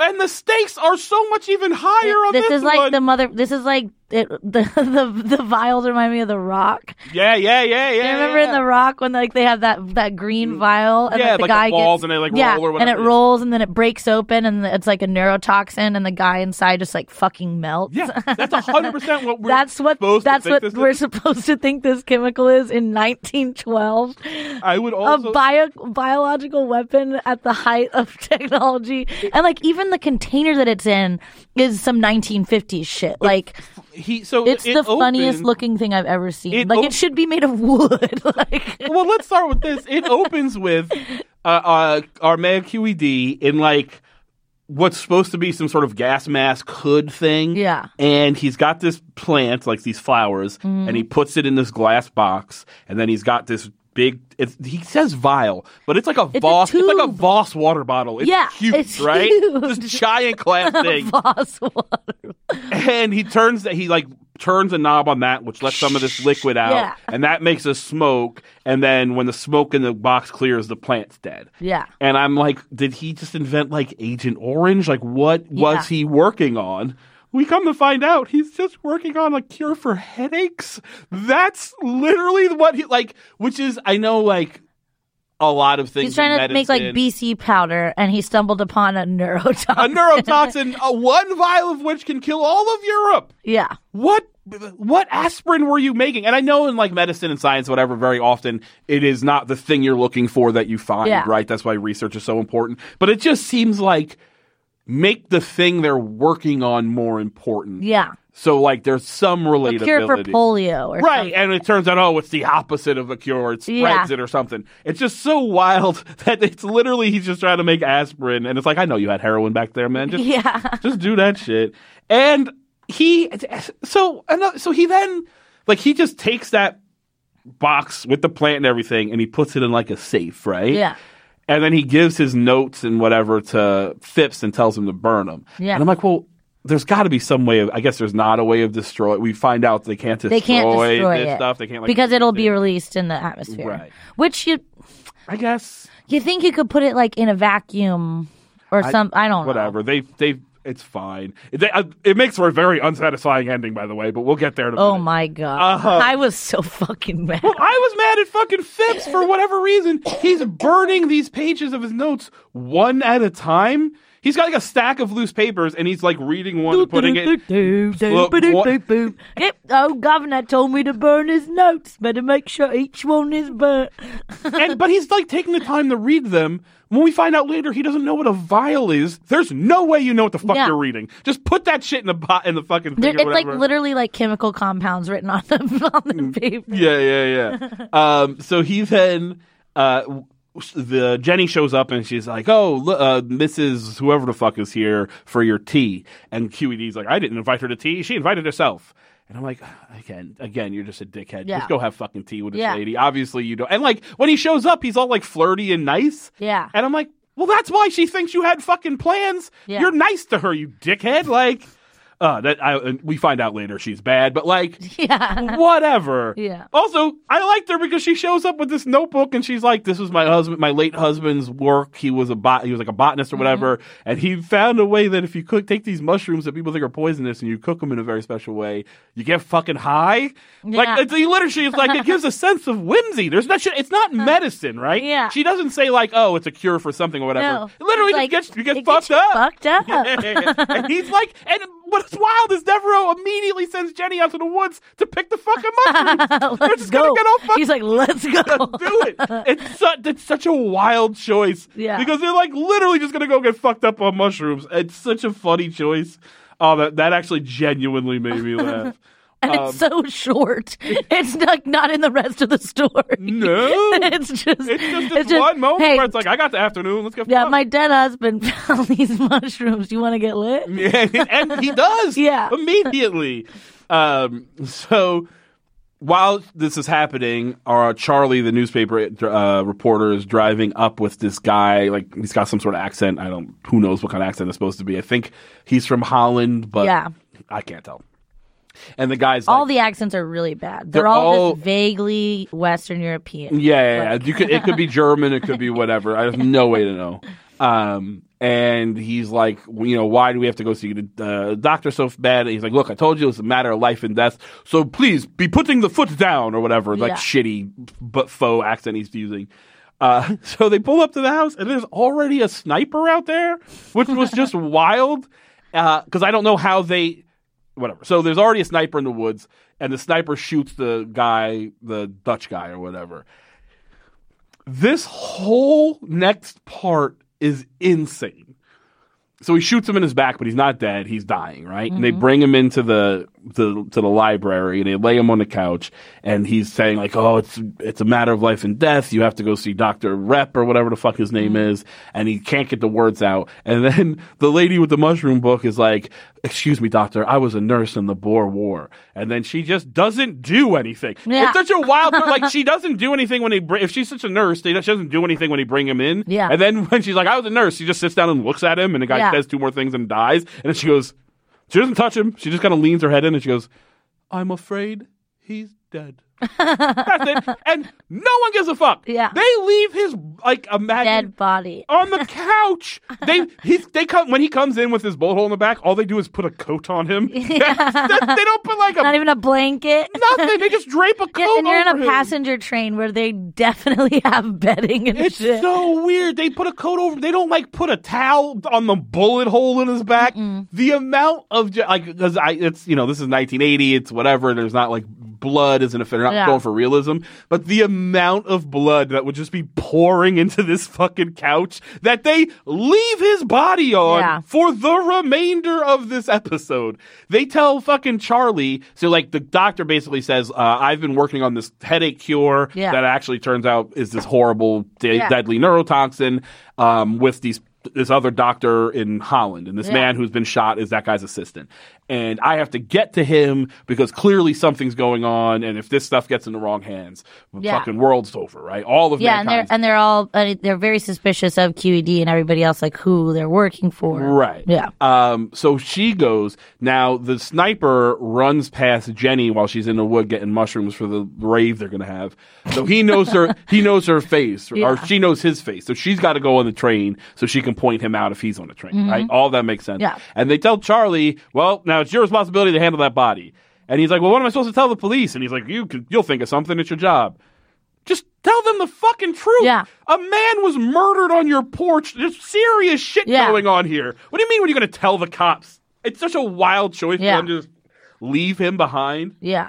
Speaker 1: and the stakes are so much even higher on this,
Speaker 2: this is like
Speaker 1: one.
Speaker 2: the mother this is like it, the, the the vials remind me of the rock.
Speaker 1: yeah, yeah, yeah, yeah.
Speaker 2: Do you remember
Speaker 1: yeah. Mm.
Speaker 2: in The Rock when like they have that that green vial and
Speaker 1: Yeah,
Speaker 2: like, the
Speaker 1: like the
Speaker 2: guy
Speaker 1: balls
Speaker 2: gets,
Speaker 1: and they, like,
Speaker 2: yeah,
Speaker 1: roll or
Speaker 2: and
Speaker 1: whatever
Speaker 2: it
Speaker 1: it is.
Speaker 2: rolls and then it breaks open and it's like a neurotoxin and the guy inside just like fucking melts.
Speaker 1: yeah, that's hundred percent what we're
Speaker 2: that's what
Speaker 1: supposed
Speaker 2: that's
Speaker 1: to think
Speaker 2: what
Speaker 1: this is.
Speaker 2: we're supposed to think this chemical is in 1912.
Speaker 1: I would
Speaker 2: A
Speaker 1: also
Speaker 2: bio- biological weapon at the height of technology, and like even the container that it's in is some 1950s shit. Like
Speaker 1: he so
Speaker 2: it's
Speaker 1: it
Speaker 2: the funniest
Speaker 1: opened-
Speaker 2: looking thing I've ever seen.
Speaker 1: it
Speaker 2: like
Speaker 1: op-
Speaker 2: it should be made of wood. like
Speaker 1: well, let's start with this. It opens with uh, uh, our man QED in like what's supposed to be some sort of gas mask hood thing.
Speaker 2: Yeah.
Speaker 1: And he's got this plant, like these flowers,
Speaker 2: Mm-hmm.
Speaker 1: and he puts it in this glass box, and then he's got this big. It's, he says vial, but it's like a
Speaker 2: a
Speaker 1: Voss. It's like a
Speaker 2: tube.
Speaker 1: Voss water bottle. It's
Speaker 2: Yeah,
Speaker 1: huge,
Speaker 2: it's
Speaker 1: right?
Speaker 2: huge.
Speaker 1: This giant glass thing.
Speaker 2: Voss water.
Speaker 1: and he turns that he like turns a knob on that which lets some of this liquid out
Speaker 2: Yeah.
Speaker 1: and that makes a smoke and then when the smoke in the box clears the plant's dead
Speaker 2: Yeah.
Speaker 1: and i'm like did he just invent like agent orange like what was
Speaker 2: Yeah.
Speaker 1: he working on we come to find out he's just working on a cure for headaches that's literally what he like which is i know like a lot of things
Speaker 2: He's trying
Speaker 1: in
Speaker 2: to make like
Speaker 1: medicine-
Speaker 2: BC powder, and he stumbled upon a neurotoxin.
Speaker 1: a neurotoxin a one vial of which can kill all of europe
Speaker 2: yeah.
Speaker 1: what what aspirin were you making? And I know in like medicine and science, whatever, very often it is not the thing you're looking for that you find,
Speaker 2: Yeah.
Speaker 1: right? That's why research is so important. But it just seems like make the thing they're working on more important.
Speaker 2: Yeah.
Speaker 1: So like there's some
Speaker 2: A
Speaker 1: relatability.
Speaker 2: cure for polio or
Speaker 1: Right, and it turns out, oh, it's the opposite of a cure. It spreads
Speaker 2: Yeah.
Speaker 1: it or something. It's just so wild that it's literally he's just trying to make aspirin, and it's like, I know you had heroin back there, man. Just
Speaker 2: something. Yeah.
Speaker 1: just do that shit. And he so another so he then like he just takes that box with the plant and everything and he puts it in like a safe, right?
Speaker 2: Yeah.
Speaker 1: And then he gives his notes and whatever to Phipps and tells him to burn them.
Speaker 2: Yeah.
Speaker 1: And I'm like, well, there's got to be some way of. I guess there's not a way of destroy. We find out they can't destroy,
Speaker 2: They can't destroy
Speaker 1: this
Speaker 2: it.
Speaker 1: stuff. They can't like
Speaker 2: because it'll be
Speaker 1: release
Speaker 2: released in the atmosphere.
Speaker 1: Right.
Speaker 2: Which you
Speaker 1: it. I guess
Speaker 2: you think you could put it like in a vacuum or some I don't know.
Speaker 1: whatever they they. It's fine. They, uh, it makes for a very unsatisfying ending, by the way. But we'll get there. In a
Speaker 2: Oh
Speaker 1: minute.
Speaker 2: my god.
Speaker 1: Uh-huh.
Speaker 2: I was so fucking mad.
Speaker 1: Well, I was mad at fucking Phipps for whatever reason. He's burning these pages of his notes one at a time. He's got like a stack of loose papers and he's like reading one and putting it. Look, what-
Speaker 2: Yep. Oh, governor told me to burn his notes. Better make sure each one is burnt.
Speaker 1: And, but he's like taking the time to read them. When we find out later, he doesn't know what a vial is. There's no way you know what the fuck
Speaker 2: Yeah.
Speaker 1: you're reading. Just put that shit in the bot in the fucking. Thing
Speaker 2: There,
Speaker 1: or
Speaker 2: it's like
Speaker 1: whatever. Mm.
Speaker 2: literally like chemical compounds written on the on the paper.
Speaker 1: Yeah, yeah, yeah. um, so he then uh, w- the Jenny shows up and she's like, "Oh, l- uh, Mrs. Whoever the fuck is here for your tea." And QED's like, "I didn't invite her to tea. She invited herself." And I'm like, "Uh, again, again, you're just a dickhead.
Speaker 2: Yeah.
Speaker 1: Just go have fucking tea with this
Speaker 2: Yeah.
Speaker 1: lady. Obviously, you don't. And like when he shows up, he's all like flirty and nice.
Speaker 2: Yeah.
Speaker 1: And I'm like, well, that's why she thinks you had fucking plans.
Speaker 2: Yeah.
Speaker 1: You're nice to her, you dickhead. Like, Uh, that I, and we find out later she's bad, but like,
Speaker 2: Yeah.
Speaker 1: whatever.
Speaker 2: Yeah.
Speaker 1: Also, I liked her because she shows up with this notebook and she's like, "This was my husband, my late husband's work. He was a bot. He was like a botanist or
Speaker 2: Mm-hmm.
Speaker 1: whatever, and he found a way that if you cook take these mushrooms that people think are poisonous and you cook them in a very special way, you get fucking high.
Speaker 2: Yeah.
Speaker 1: Like it's he literally is like it gives a sense of whimsy. There's not shit. It's not medicine, right?
Speaker 2: Yeah.
Speaker 1: She doesn't say like, "Oh, it's a cure for something or whatever."
Speaker 2: No.
Speaker 1: It literally,
Speaker 2: It's like,
Speaker 1: just gets you get
Speaker 2: it
Speaker 1: fucked
Speaker 2: you
Speaker 1: up.
Speaker 2: Fucked up.
Speaker 1: and he's like, and what's wild is Devereaux immediately sends Jenny out to the woods to pick the fucking mushrooms. We're
Speaker 2: Let's
Speaker 1: just
Speaker 2: go.
Speaker 1: gonna get all fucked
Speaker 2: He's like, let's go.
Speaker 1: do it. It's such it's such a wild choice.
Speaker 2: Yeah.
Speaker 1: Because they're like literally just gonna go get fucked up on mushrooms. It's such a funny choice. Oh, that that actually genuinely made me laugh.
Speaker 2: And it's
Speaker 1: Um,
Speaker 2: so short. It's like not in the rest of the story.
Speaker 1: No.
Speaker 2: it's just
Speaker 1: It's just this
Speaker 2: it's just,
Speaker 1: one moment
Speaker 2: hey,
Speaker 1: where it's like, oh. I got the afternoon. Let's get
Speaker 2: yeah,
Speaker 1: fucked.
Speaker 2: my dead husband found these mushrooms. You want to get lit?
Speaker 1: Mm, and he does.
Speaker 2: Yeah.
Speaker 1: Immediately. Um, so while this is happening, our Charlie, the newspaper uh, reporter, is driving up with this guy. Like he's got some sort of accent. I don't. Who knows what kind of accent it's supposed to be? I think he's from Holland, but
Speaker 2: Yeah.
Speaker 1: I can't tell. And the guy's
Speaker 2: All
Speaker 1: like,
Speaker 2: the accents are really bad.
Speaker 1: They're
Speaker 2: They're, all,
Speaker 1: all-
Speaker 2: just vaguely Western European.
Speaker 1: Yeah, yeah, yeah. You could, it could be German. It could be whatever. I have no way to know. Um, and he's like, well, you know, why do we have to go see the uh, doctor so bad? And he's like, look, I told you it's a matter of life and death. So please be putting the foot down or whatever, like
Speaker 2: Yeah.
Speaker 1: shitty but faux accent he's using. Uh, so they pull up to the house and there's already a sniper out there, which was just wild. Because I don't know how they whatever. So there's already a sniper in the woods, and the sniper shoots the guy, the Dutch guy or whatever. This whole next part is insane. So he shoots him in his back, but he's not dead. He's dying, right? And they bring him into the, the to the library and they lay him on the couch. And he's saying like, "Oh, it's it's a matter of life and death. You have to go see Doctor Rep or whatever the fuck his name is." And he can't get the words out. And then the lady with the mushroom book is like, "Excuse me, doctor. I was a nurse in the Boer War." And then she just doesn't do anything.
Speaker 2: Yeah.
Speaker 1: It's such a wild like she doesn't do anything when they bring. If she's such a nurse, they, she doesn't do anything when they bring him in.
Speaker 2: Yeah.
Speaker 1: And then when she's like, "I was a nurse," she just sits down and looks at him, and the guy
Speaker 2: Yeah.
Speaker 1: says two more things and dies. And then she goes, she doesn't touch him. She just kind of leans her head in and she goes, "I'm afraid he's dead." That's it. And no one gives a fuck.
Speaker 2: Yeah.
Speaker 1: They leave his like imagine
Speaker 2: Dead body.
Speaker 1: on the couch. They he's, they come when he comes in with his bullet hole in the back. All they do is put a coat on him. they don't put like a
Speaker 2: Not even a blanket.
Speaker 1: nothing. They just drape a coat.
Speaker 2: Yeah, and you're in
Speaker 1: over
Speaker 2: a
Speaker 1: him.
Speaker 2: passenger train where they definitely have bedding and
Speaker 1: It's
Speaker 2: shit.
Speaker 1: so weird. They put a coat over. They don't like put a towel on the bullet hole in his back. The amount of ju- like because I it's you know this is 1980. It's whatever. There's not like blood isn't a they're not
Speaker 2: Yeah.
Speaker 1: going for realism, but the amount of blood that would just be pouring into this fucking couch that they leave his body on
Speaker 2: Yeah.
Speaker 1: for the remainder of this episode. They tell fucking Charlie. So like the doctor basically says, uh, I've been working on this headache cure
Speaker 2: Yeah.
Speaker 1: that actually turns out is this horrible, de-
Speaker 2: Yeah.
Speaker 1: deadly neurotoxin um, with these this other doctor in Holland, and this
Speaker 2: Yeah.
Speaker 1: man who's been shot is that guy's assistant. And I have to get to him because clearly something's going on, and if this stuff gets in the wrong hands, the
Speaker 2: Yeah.
Speaker 1: fucking world's over, right? All of
Speaker 2: yeah, and they're
Speaker 1: mankind's-
Speaker 2: and they're all uh, they're very suspicious of QED and everybody else, like who they're working for.
Speaker 1: Right.
Speaker 2: Yeah.
Speaker 1: Um, so she goes. Now the sniper runs past Jenny while she's in the wood getting mushrooms for the rave they're gonna have. So he knows her. he knows her face, or
Speaker 2: Yeah.
Speaker 1: she knows his face. So she's got to go on the train so she can point him out if he's on the train. Right. All that makes sense.
Speaker 2: Mm-hmm. Yeah.
Speaker 1: And they tell Charlie, "Well, now it's your responsibility to handle that body." And he's like, "Well, what am I supposed to tell the police?" And he's like, "You can, you'll think of something. It's your job." Just tell them the fucking truth.
Speaker 2: Yeah.
Speaker 1: A man was murdered on your porch. There's serious shit
Speaker 2: Yeah.
Speaker 1: going on here. What do you mean when you're going to tell the cops? It's such a wild choice
Speaker 2: Yeah.
Speaker 1: for them to just leave him behind,
Speaker 2: Yeah.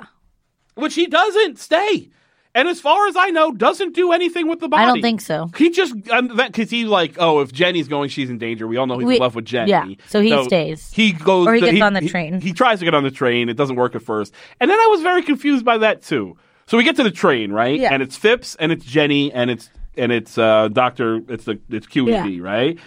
Speaker 1: which he doesn't stay. And as far as I know, doesn't do anything with the body.
Speaker 2: I don't think so.
Speaker 1: He just um, because he's like, oh, if Jenny's going, she's in danger. We all know he's
Speaker 2: We-
Speaker 1: in love with Jenny.
Speaker 2: yeah, so he stays.
Speaker 1: He goes,
Speaker 2: Or he gets on the train.
Speaker 1: He, tries to get on the train. It doesn't work at first, and then I was very confused by that too. So we get to the train, right?
Speaker 2: Yeah.
Speaker 1: And it's Phipps, and it's Jenny, and it's and it's uh, Doctor. It's the it's QED, right?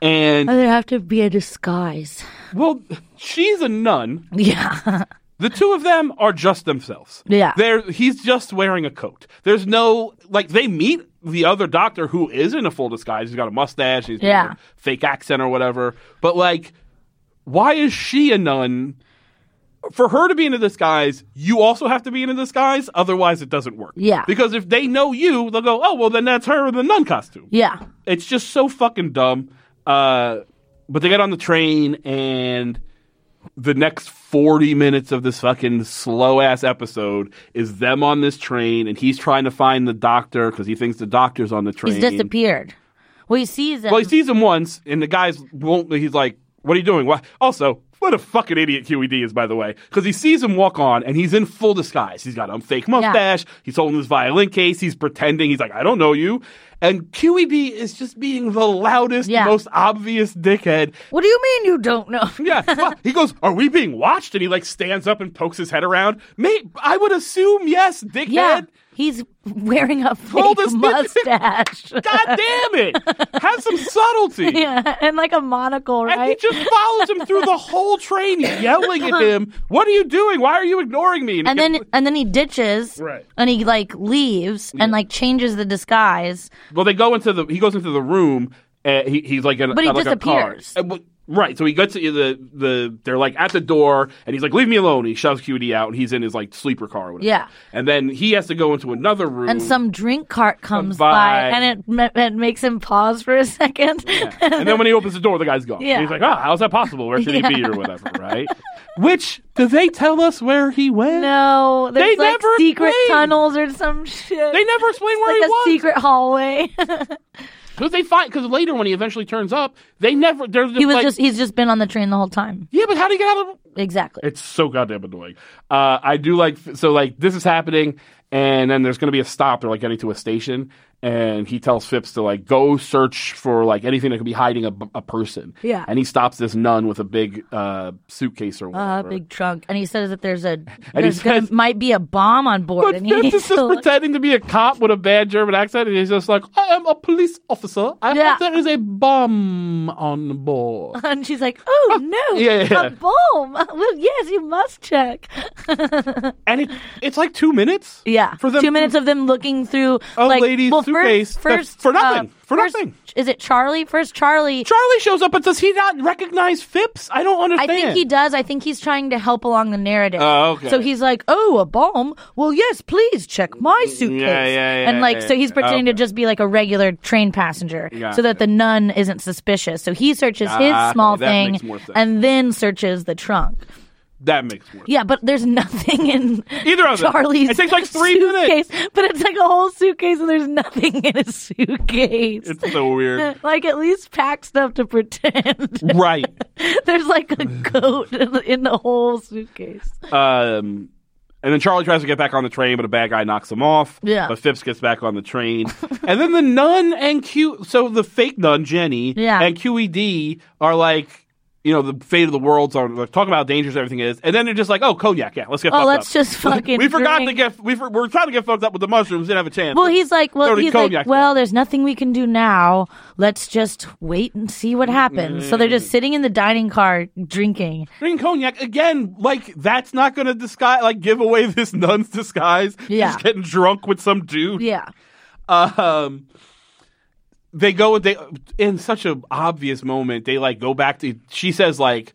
Speaker 1: And
Speaker 2: There have to be a disguise.
Speaker 1: well, she's a nun.
Speaker 2: Yeah.
Speaker 1: The two of them are just themselves.
Speaker 2: Yeah.
Speaker 1: They're, he's just wearing a coat. There's no, like, they meet the other doctor who is in a full disguise. He's got a mustache, he's got
Speaker 2: Yeah.
Speaker 1: a fake accent or whatever. But, like, why is she a nun for her to be in a disguise, you also have to be in a disguise. Otherwise, it doesn't work.
Speaker 2: Yeah.
Speaker 1: Because if they know you, they'll go, oh, well, then that's her in the nun costume.
Speaker 2: Yeah.
Speaker 1: It's just so fucking dumb. Uh, but they get on the train, and the next 40 minutes of this fucking slow ass episode is them on this train, and he's trying to find the doctor because he thinks the doctor's on the train.
Speaker 2: He's disappeared. Well, he sees them.
Speaker 1: Well, he sees him once, and the guys won't. He's like, "What are you doing?" Why? Also, what a fucking idiot QED is, by the way, because he sees him walk on, and he's in full disguise. He's got a fake mustache. He's holding his violin case. He's pretending. He's like, "I don't know you." And QED is just being the loudest,
Speaker 2: Yeah.
Speaker 1: most obvious dickhead.
Speaker 2: what do you mean you don't know?
Speaker 1: Yeah, fuck. he goes, "Are we being watched?" And he like stands up and pokes his head around. Mate, I would assume yes, dickhead.
Speaker 2: yeah. He's wearing a fake
Speaker 1: Told us that-
Speaker 2: mustache.
Speaker 1: God damn it! Have some subtlety.
Speaker 2: yeah, and like a monocle,
Speaker 1: And he
Speaker 2: right?
Speaker 1: just follows him through the whole train, yelling at him, "What are you doing? Why are you ignoring me?"
Speaker 2: and then and then he ditches,
Speaker 1: Right.
Speaker 2: And he like leaves and like changes the disguise.
Speaker 1: well, they go into the. He goes into the room. And he, he's like, in,
Speaker 2: But he
Speaker 1: uh, like a car.
Speaker 2: disappears.
Speaker 1: Uh, well, Right, so he gets to the the. They're like at the door, and he's like, "Leave me alone." He shoves QD out, and he's in his like sleeper car. Or whatever.
Speaker 2: Yeah.
Speaker 1: and then he has to go into another room.
Speaker 2: And some drink cart comes
Speaker 1: by.
Speaker 2: by. and it ma- it makes him pause for a second.
Speaker 1: and then when he opens the door, the guy's gone.
Speaker 2: Yeah.
Speaker 1: He's like, "Ah, how's that possible? Where should he be, or whatever?" Right? Which do they tell us where he went?
Speaker 2: no, there's like
Speaker 1: never
Speaker 2: secret
Speaker 1: explain.
Speaker 2: tunnels or some shit.
Speaker 1: They never explain where
Speaker 2: like
Speaker 1: he
Speaker 2: a
Speaker 1: was.
Speaker 2: secret hallway.
Speaker 1: Because they find because later when he eventually turns up, they never they're just
Speaker 2: he was
Speaker 1: like,
Speaker 2: just he's just been on the train the whole time.
Speaker 1: yeah, but how do you get out of?
Speaker 2: Exactly.
Speaker 1: It's so goddamn annoying. Uh, I do like so like this is happening, and then there's going to be a stop. They're like getting to a station, and he tells Phipps to like go search for like anything that could be hiding a, a person.
Speaker 2: Yeah.
Speaker 1: and he stops this nun with a big uh, suitcase or whatever.
Speaker 2: A Ah, big trunk, and he says that there's a
Speaker 1: he
Speaker 2: there's gonna,
Speaker 1: says-
Speaker 2: might be a bomb on board,
Speaker 1: But
Speaker 2: and he
Speaker 1: Phipps
Speaker 2: needs
Speaker 1: is
Speaker 2: to
Speaker 1: just
Speaker 2: look.
Speaker 1: pretending to be a cop with a bad German accent, and he's just like, "I am a police officer. I
Speaker 2: Yeah.
Speaker 1: heard there is a bomb on board."
Speaker 2: And she's like, "Oh no,
Speaker 1: yeah, yeah.
Speaker 2: a bomb! Well, yes, you must check."
Speaker 1: and it, it's like two minutes.
Speaker 2: Yeah,
Speaker 1: for them
Speaker 2: two minutes of them looking through
Speaker 1: A
Speaker 2: like,
Speaker 1: lady's
Speaker 2: well,
Speaker 1: suitcase that-
Speaker 2: First, first
Speaker 1: for
Speaker 2: uh,
Speaker 1: nothing, for
Speaker 2: first-
Speaker 1: nothing.
Speaker 2: Is it Charlie? First, Charlie.
Speaker 1: Charlie shows up, but does he not recognize Phipps? I don't
Speaker 2: I
Speaker 1: understand.
Speaker 2: think he does. I think he's trying to help along the narrative.
Speaker 1: Oh, okay.
Speaker 2: So he's like, "Oh, a bomb? Well, yes, please check my suitcase."
Speaker 1: Mm, Yeah, yeah, yeah,
Speaker 2: and like,
Speaker 1: yeah,
Speaker 2: so he's
Speaker 1: yeah.
Speaker 2: pretending to
Speaker 1: Okay.
Speaker 2: just be like a regular train passenger,
Speaker 1: Got
Speaker 2: so that the nun isn't suspicious. So he searches
Speaker 1: Ah,
Speaker 2: his small
Speaker 1: okay, that
Speaker 2: thing,
Speaker 1: makes more sense.
Speaker 2: and then searches the trunk.
Speaker 1: That makes more.
Speaker 2: Yeah, but there's nothing in
Speaker 1: Either of them.
Speaker 2: Charlie's.
Speaker 1: It takes like three
Speaker 2: suitcase, but it's like a whole suitcase, and there's nothing in his suitcase.
Speaker 1: It's so weird.
Speaker 2: like at least pack stuff to pretend.
Speaker 1: right.
Speaker 2: there's like a coat in the- in the whole suitcase.
Speaker 1: Um, and then Charlie tries to get back on the train, but a bad guy knocks him off.
Speaker 2: Yeah.
Speaker 1: But Phipps gets back on the train, and then the nun and Q. So the fake nun Jenny.
Speaker 2: Yeah.
Speaker 1: And QED are like. You know the fate of the world's on. Like, talking about how dangerous everything is, and then they're just like, "Oh, cognac, yeah, let's get."
Speaker 2: Oh,
Speaker 1: fucked
Speaker 2: let's
Speaker 1: up.
Speaker 2: just fucking.
Speaker 1: We forgot
Speaker 2: drink.
Speaker 1: to get. We for, we're trying to get fucked up with the mushrooms. Didn't have a chance.
Speaker 2: Well, he's like, well,
Speaker 1: Throw the
Speaker 2: he's like,
Speaker 1: cognac
Speaker 2: well, there's nothing we can do now. Let's just wait and see what happens. So they're
Speaker 1: Mm.
Speaker 2: just sitting in the dining car drinking.
Speaker 1: Green cognac again. Like that's not going to disguise, like give away this nun's disguise.
Speaker 2: Yeah.
Speaker 1: She's getting drunk with some dude.
Speaker 2: Yeah,
Speaker 1: Um, they go. They in such an obvious moment. They like go back to. She says like,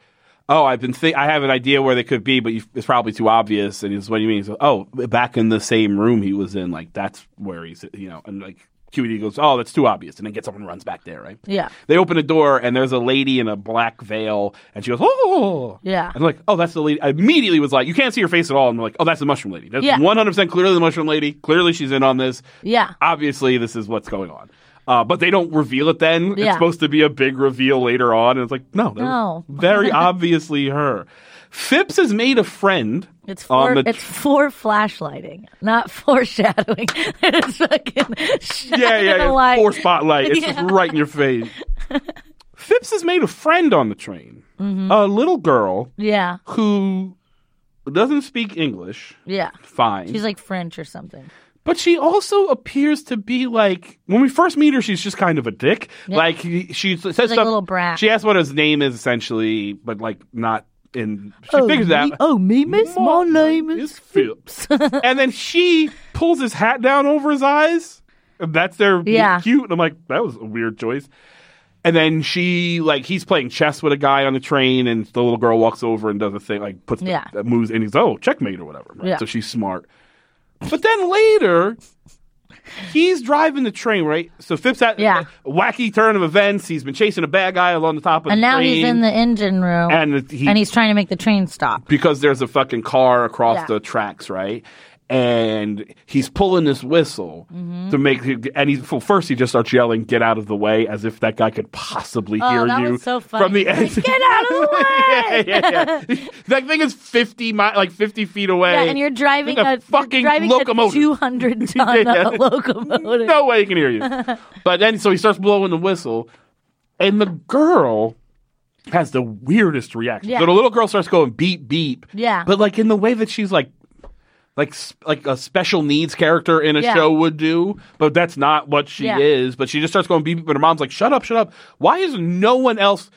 Speaker 1: "Oh, I've been. Thi- I have an idea where they could be, but you, it's probably too obvious." And he's, "What do you mean?" He's like, "Oh, back in the same room he was in. Like that's where he's. You know." And like QED goes, "Oh, that's too obvious," and then gets up and runs back there. Right.
Speaker 2: yeah,
Speaker 1: They open a door and there's a lady in a black veil and she goes, Oh
Speaker 2: Yeah.
Speaker 1: And I'm like, Oh, that's the lady I immediately was like, You can't see her face at all. And I'm like, Oh, that's the mushroom lady. That's
Speaker 2: Yeah.
Speaker 1: one hundred percent clearly the mushroom lady. Clearly she's in on this.
Speaker 2: yeah.
Speaker 1: Obviously this is what's going on. Uh, but they don't reveal it then. It's
Speaker 2: Yeah.
Speaker 1: supposed to be a big reveal later on, and it's like, no, that was
Speaker 2: No.
Speaker 1: very obviously her. Phipps has made a friend
Speaker 2: It's for
Speaker 1: on the
Speaker 2: it's for flashlighting, not foreshadowing. it's
Speaker 1: yeah,
Speaker 2: fucking
Speaker 1: yeah, yeah.
Speaker 2: light.
Speaker 1: Four spotlight. It's just right in your face. Phipps has made a friend on the train,
Speaker 2: Mm-hmm.
Speaker 1: a little girl
Speaker 2: yeah,
Speaker 1: who doesn't speak English.
Speaker 2: yeah.
Speaker 1: Fine.
Speaker 2: She's like French or something.
Speaker 1: but she also appears to be like when we first meet her, she's just kind of a dick. Like he- she says
Speaker 2: like a
Speaker 1: stuff-
Speaker 2: little brat.
Speaker 1: She asks what his name is essentially, but like not in. She figures that.
Speaker 2: me, oh, me, miss. My name is
Speaker 1: Phipps. and then she pulls his hat down over his eyes. And that's their
Speaker 2: Yeah.
Speaker 1: cute. And I'm like, that was a weird choice. And then she like he's playing chess with a guy on the train, and the little girl walks over and does a thing like puts the,
Speaker 2: Yeah.
Speaker 1: that moves, and he's oh checkmate or whatever. right?
Speaker 2: Yeah.
Speaker 1: So she's smart. But then later, he's driving the train right. So Phipps had
Speaker 2: Yeah.
Speaker 1: a wacky turn of events. He's been chasing a bad guy along the top of
Speaker 2: And
Speaker 1: the
Speaker 2: now
Speaker 1: train,
Speaker 2: he's in the engine room, and,
Speaker 1: and he,
Speaker 2: he's trying to make the train stop.
Speaker 1: because there's a fucking car across
Speaker 2: Yeah.
Speaker 1: the tracks, right? And he's pulling this whistle
Speaker 2: Mm-hmm.
Speaker 1: to make, and he well, first he just starts yelling, "Get out of the way!" as if that guy could possibly
Speaker 2: Oh,
Speaker 1: hear
Speaker 2: that
Speaker 1: you
Speaker 2: was so funny.
Speaker 1: from the
Speaker 2: Like,
Speaker 1: end.
Speaker 2: "Get out of the way!"
Speaker 1: yeah, yeah, yeah. that thing is fifty mi- like fifty feet away.
Speaker 2: Yeah, and you're driving
Speaker 1: Like
Speaker 2: a,
Speaker 1: a fucking
Speaker 2: you're driving
Speaker 1: locomotive.
Speaker 2: a 200 ton
Speaker 1: Yeah.
Speaker 2: uh, locomotive.
Speaker 1: no way he can hear you. but then, so he starts blowing the whistle, and the girl has the weirdest reaction.
Speaker 2: Yeah.
Speaker 1: So the little girl starts going beep beep.
Speaker 2: Yeah.
Speaker 1: But like in the way that she's like, like s- like a special needs character in a
Speaker 2: Yeah.
Speaker 1: show would do, but that's not what she
Speaker 2: Yeah.
Speaker 1: is. But she just starts going beep beep, and her mom's like, "Shut up, shut up! Why is no one else?"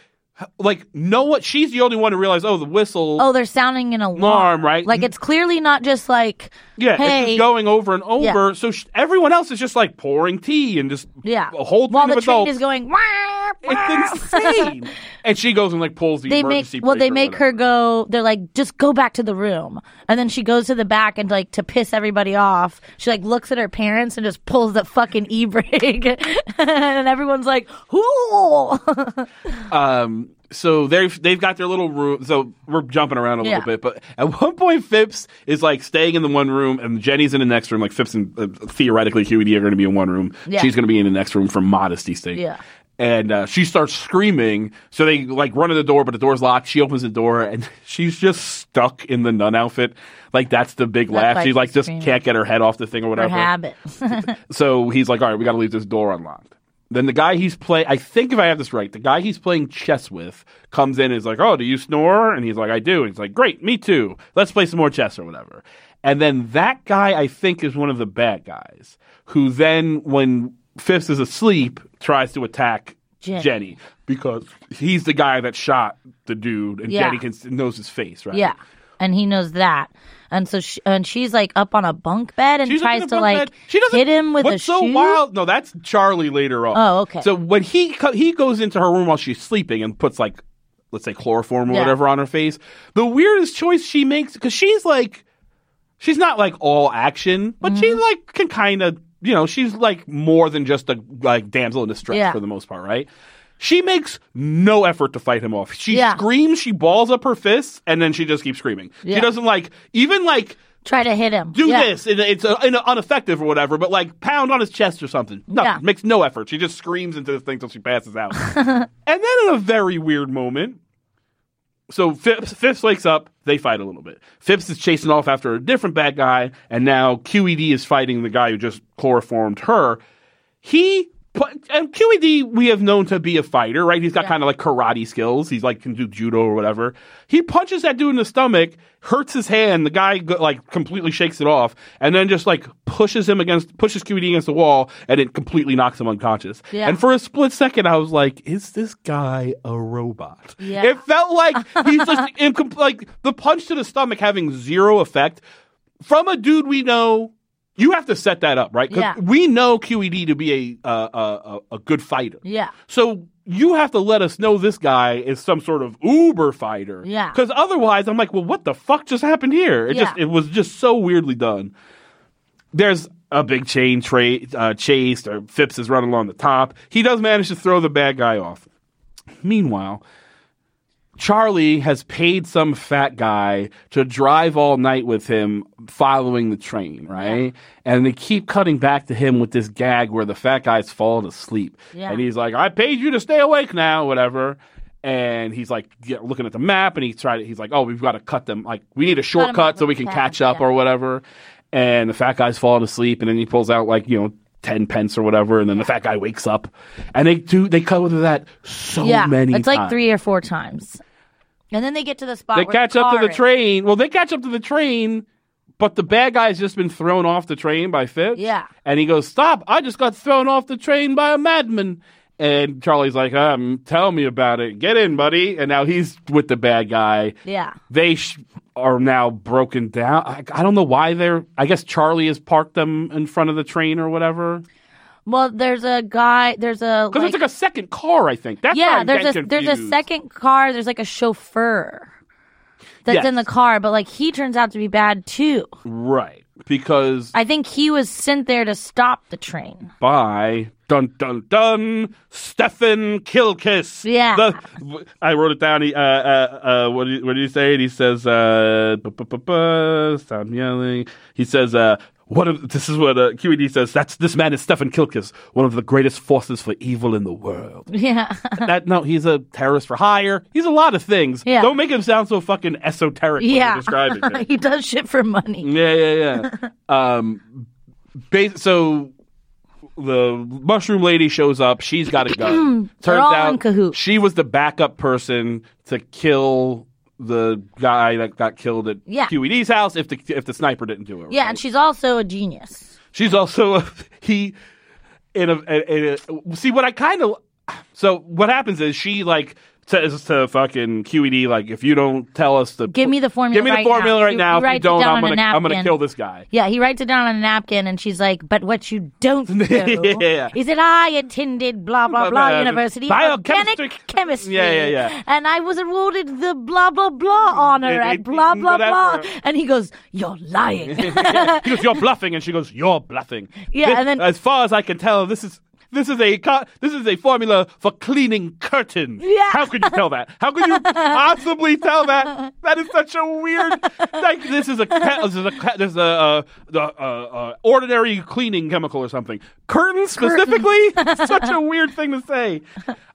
Speaker 1: Like no one, she's the only one who realized. Oh, the whistle.
Speaker 2: Oh, they're sounding an alarm,
Speaker 1: Alarm, right?
Speaker 2: Like it's clearly not just like
Speaker 1: Yeah,
Speaker 2: hey,
Speaker 1: it's just going over and over. So sh- everyone else is just like pouring tea and just
Speaker 2: yeah.
Speaker 1: a whole
Speaker 2: while
Speaker 1: group
Speaker 2: the
Speaker 1: of
Speaker 2: train
Speaker 1: adults.
Speaker 2: is going. "Wah, wah."
Speaker 1: It's insane. and she goes and like pulls the
Speaker 2: They make
Speaker 1: emergency
Speaker 2: well.
Speaker 1: brake
Speaker 2: They
Speaker 1: or
Speaker 2: make
Speaker 1: whatever.
Speaker 2: her go. They're like, just go back to the room, and then she goes to the back and like to piss everybody off. She like looks at her parents and just pulls the fucking e brake, and everyone's like, "Whoo!"
Speaker 1: Um, so they've they've got their little room. So we're jumping around a
Speaker 2: Yeah.
Speaker 1: little bit, but at one point Phipps is like staying in the one room, and Jenny's in the next room. Like Phipps and uh, theoretically Huey D are going to be in one room.
Speaker 2: Yeah.
Speaker 1: She's going to be in the next room for modesty sake.
Speaker 2: Yeah.
Speaker 1: And uh, she starts screaming. So they like run to the door, but the door's locked. She opens the door, and she's just stuck in the nun outfit. Like that's the big
Speaker 2: That's why
Speaker 1: laugh. She like
Speaker 2: she's
Speaker 1: just
Speaker 2: screaming.
Speaker 1: can't get her head off the thing or
Speaker 2: Her
Speaker 1: whatever.
Speaker 2: habit.
Speaker 1: So he's like, all right, we got to leave this door unlocked. Then the guy he's playing, I think if I have this right, the guy he's playing chess with comes in and is like, oh, do you snore? And he's like, I do. And he's like, great, me too. Let's play some more chess or whatever. And then that guy, I think, is one of the bad guys who then, when Fifths is asleep, tries to attack
Speaker 2: Jenny.
Speaker 1: Jenny, because he's the guy that shot the dude and
Speaker 2: Yeah.
Speaker 1: Jenny can, knows his face, right?
Speaker 2: Yeah. And he knows that. And so she, and she's like up on a bunk bed and
Speaker 1: She's
Speaker 2: tries
Speaker 1: in the
Speaker 2: to
Speaker 1: bunk
Speaker 2: like
Speaker 1: bed. she doesn't,
Speaker 2: hit him with
Speaker 1: what's
Speaker 2: a
Speaker 1: so
Speaker 2: shoe.
Speaker 1: wild? No, that's Charlie later on.
Speaker 2: Oh, okay.
Speaker 1: So when he co- he goes into her room while she's sleeping and puts like, let's say chloroform or
Speaker 2: Yeah.
Speaker 1: whatever on her face. The weirdest choice she makes because she's like, she's not like all action, but she
Speaker 2: Mm-hmm.
Speaker 1: like can kind of you know she's like more than just a like damsel in distress
Speaker 2: Yeah.
Speaker 1: for the most part, right? She makes no effort to fight him off. She
Speaker 2: Yeah.
Speaker 1: screams, she balls up her fists, and then she just keeps screaming.
Speaker 2: Yeah.
Speaker 1: She doesn't like even like
Speaker 2: Try to hit him.
Speaker 1: do
Speaker 2: Yeah.
Speaker 1: this. And it's uh, in- ineffective or whatever, but like pound on his chest or something. No,
Speaker 2: Yeah.
Speaker 1: makes no effort. She just screams into this thing till she passes out. and then in a very weird moment, so Phipps, Phipps wakes up. They fight a little bit. Phipps is chasing off after a different bad guy, and now QED is fighting the guy who just chloroformed her. He put, and QED we have known to be a fighter, right? He's got kind of like karate skills. He's like can do judo or whatever. He punches that dude in the stomach, hurts his hand. The guy go- like completely shakes it off, and then just like pushes him against pushes QED against the wall, and it completely knocks him unconscious.
Speaker 2: Yeah.
Speaker 1: And for a split second, I was like, "Is this guy a robot?"
Speaker 2: Yeah.
Speaker 1: It felt like he's just incom- like the punch to the stomach having zero effect from a dude we know. You have to set that up, right? 'Cause
Speaker 2: Yeah.
Speaker 1: We know QED to be a, uh, a a a good fighter.
Speaker 2: Yeah.
Speaker 1: So you have to let us know this guy is some sort of uber fighter.
Speaker 2: Yeah.
Speaker 1: Because otherwise, I'm like, well, what the fuck just happened here? It just
Speaker 2: Yeah.
Speaker 1: it was just so weirdly done. There's a big chain tra- uh, chase. Or Phipps is running along the top. He does manage to throw the bad guy off. Meanwhile, Charlie has paid some fat guy to drive all night with him following the train, right? And they keep cutting back to him with this gag where the fat guy's fallen asleep.
Speaker 2: Yeah.
Speaker 1: And he's like, I paid you to stay awake now, whatever. And he's like yeah, looking at the map and he tried he's like, Oh, we've got to cut them like we need a
Speaker 2: off
Speaker 1: shortcut so
Speaker 2: with
Speaker 1: we
Speaker 2: the
Speaker 1: can
Speaker 2: pad,
Speaker 1: catch up
Speaker 2: yeah.
Speaker 1: or whatever. And the fat guy's falling asleep and then he pulls out like, you know, ten pence or whatever, and then the fat guy wakes up. And they do they cover that so
Speaker 2: yeah.
Speaker 1: many
Speaker 2: it's like
Speaker 1: times.
Speaker 2: three or four times. And then they get to the spot
Speaker 1: They
Speaker 2: where
Speaker 1: catch
Speaker 2: the
Speaker 1: up to
Speaker 2: car
Speaker 1: the
Speaker 2: is.
Speaker 1: train. Well, they catch up to the train, but the bad guy's just been thrown off the train by Fitz.
Speaker 2: Yeah.
Speaker 1: And he goes, Stop, I just got thrown off the train by a madman. And Charlie's like, um, Tell me about it. Get in, buddy. And now he's with the bad guy.
Speaker 2: Yeah.
Speaker 1: They sh- are now broken down. I, I don't know why they're. I guess Charlie has parked them in front of the train or whatever.
Speaker 2: Well, there's a guy. There's a
Speaker 1: Because
Speaker 2: like,
Speaker 1: it's like a second car, I think. That's why
Speaker 2: yeah.
Speaker 1: I'm
Speaker 2: There's a
Speaker 1: getting
Speaker 2: there's a
Speaker 1: confused.
Speaker 2: second car. There's like a chauffeur that's
Speaker 1: Yes.
Speaker 2: in the car, but like he turns out to be bad too.
Speaker 1: Right. Because
Speaker 2: I think he was sent there to stop the train.
Speaker 1: by dun dun dun Stefan Kilkiss.
Speaker 2: Yeah.
Speaker 1: The, I wrote it down. He, uh, uh, uh, what do you, what do you say? He says, uh, bu- bu- bu- bu, stop yelling. He says, uh. One of this is what uh, QED says. That's this man is Stefan Kilkis, one of the greatest forces for evil in the world.
Speaker 2: Yeah.
Speaker 1: that no, he's a terrorist for hire. He's a lot of things.
Speaker 2: Yeah.
Speaker 1: Don't make him sound so fucking esoteric when
Speaker 2: yeah.
Speaker 1: you're describing him.
Speaker 2: he does shit for money.
Speaker 1: Yeah, yeah, yeah. um, ba- so the mushroom lady shows up. She's got a gun.
Speaker 2: They're
Speaker 1: Turns
Speaker 2: all in
Speaker 1: out
Speaker 2: cahoots.
Speaker 1: she was the backup person to kill the guy that got killed at
Speaker 2: Yeah.
Speaker 1: QED's house if the if the sniper didn't do it.
Speaker 2: Yeah,
Speaker 1: right?
Speaker 2: and she's also a genius.
Speaker 1: She's also a, he in a, in a see what I kind of so what happens is she like says to fucking QED like if you don't tell us the
Speaker 2: Give me the formula.
Speaker 1: give me the
Speaker 2: right
Speaker 1: formula right now if
Speaker 2: now. She
Speaker 1: you
Speaker 2: writes it
Speaker 1: don't
Speaker 2: down
Speaker 1: I'm
Speaker 2: on a
Speaker 1: gonna I'm gonna
Speaker 2: napkin.
Speaker 1: kill this guy
Speaker 2: Yeah, he writes it down on a napkin, and she's like, "But what you don't know
Speaker 1: Yeah.
Speaker 2: is that I attended blah
Speaker 1: Blah,
Speaker 2: blah blah,
Speaker 1: blah,
Speaker 2: university of
Speaker 1: biochemistry-
Speaker 2: organic chemistry,
Speaker 1: Yeah, yeah, yeah.
Speaker 2: and I was awarded the blah blah blah honor
Speaker 1: It-
Speaker 2: at
Speaker 1: it-
Speaker 2: blah blah blah."
Speaker 1: whatever.
Speaker 2: And he goes, "You're lying."
Speaker 1: he goes, "You're bluffing," and she goes, "You're bluffing."
Speaker 2: Yeah,
Speaker 1: Thi-
Speaker 2: and then-
Speaker 1: as far as I can tell, this is this is a co- this is a formula for cleaning curtains.
Speaker 2: Yeah.
Speaker 1: how could you tell that? How could you possibly tell that? That is such a weird. Like this is a ca- this is a ca- this is a uh, the, uh, uh, ordinary cleaning chemical or something. Curtains specifically, such a weird thing to say.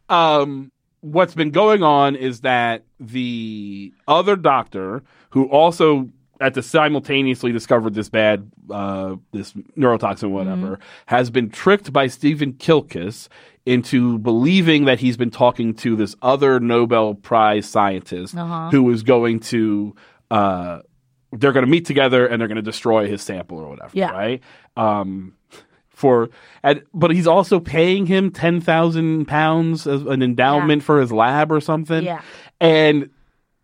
Speaker 1: Um, what's been going on is that the other doctor who also at the simultaneously discovered this bad uh, this neurotoxin whatever
Speaker 2: Mm-hmm.
Speaker 1: has been tricked by Stephen Kilkis into believing that he's been talking to this other Nobel Prize scientist
Speaker 2: Uh-huh.
Speaker 1: who is going to uh, they're going to meet together and they're going to destroy his sample or whatever
Speaker 2: Yeah.
Speaker 1: right um, for and but he's also paying him ten thousand pounds as an endowment for his lab or something.
Speaker 2: Yeah.
Speaker 1: And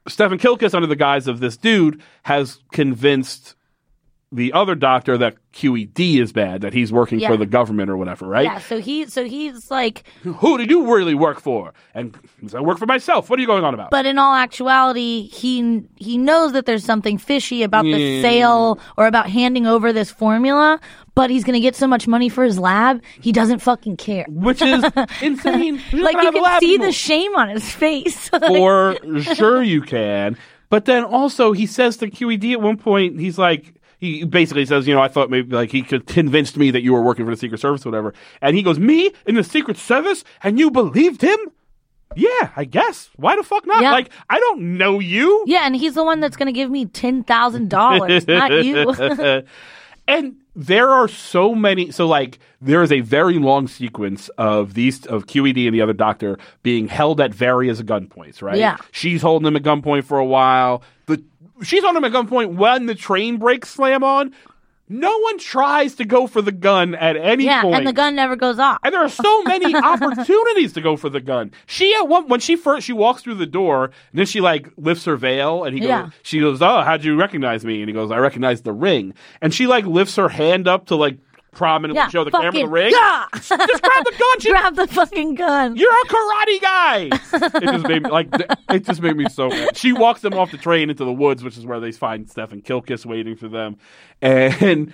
Speaker 1: Stephen Kilkis, under the guise of this dude, has convinced the other doctor that QED is bad, that he's working for
Speaker 2: Yeah.
Speaker 1: the government or whatever, right?
Speaker 2: yeah, so he so he's like,
Speaker 1: Who do you really work for? And he's, I work for myself. What are you going on about?
Speaker 2: but in all actuality, he he knows that there's something fishy about
Speaker 1: Yeah.
Speaker 2: the sale or about handing over this formula, but he's gonna get so much money for his lab, he doesn't fucking care.
Speaker 1: Which is insane. We don't
Speaker 2: like
Speaker 1: have
Speaker 2: you
Speaker 1: a lab
Speaker 2: can see
Speaker 1: anymore.
Speaker 2: the shame on his face.
Speaker 1: for sure you can. But then also he says to QED at one point, he's like, he basically says, you know, I thought maybe like he could convinced me that you were working for the Secret Service or whatever. And he goes, me in the Secret Service, and you believed him? Yeah, I guess. Why the fuck not?
Speaker 2: Yeah.
Speaker 1: Like, I don't know you.
Speaker 2: yeah, and he's the one that's going to give me ten thousand dollars, not you.
Speaker 1: and there are so many. So like, there is a very long sequence of these of QED and the other doctor being held at various gunpoints. Right?
Speaker 2: Yeah.
Speaker 1: She's holding him at gunpoint for a while. The she's holding him at gunpoint when the train brakes slam on. No one tries to go for the gun at any
Speaker 2: yeah,
Speaker 1: point.
Speaker 2: and the gun never goes off.
Speaker 1: And there are so many opportunities to go for the gun. She at one when she first she walks through the door, and then she like lifts her veil, and he
Speaker 2: Yeah.
Speaker 1: goes, she goes, "Oh, how'd you recognize me?" And he goes, "I recognize the ring." And she like lifts her hand up to like prominently
Speaker 2: Yeah,
Speaker 1: show the camera the
Speaker 2: fucking
Speaker 1: ring.
Speaker 2: yeah.
Speaker 1: Just grab the gun. She,
Speaker 2: Grab the fucking gun.
Speaker 1: You're a karate guy. it just made me like th- it just made me so mad. She walks them off the train into the woods, which is where they find Stefan Kilkis waiting for them, and.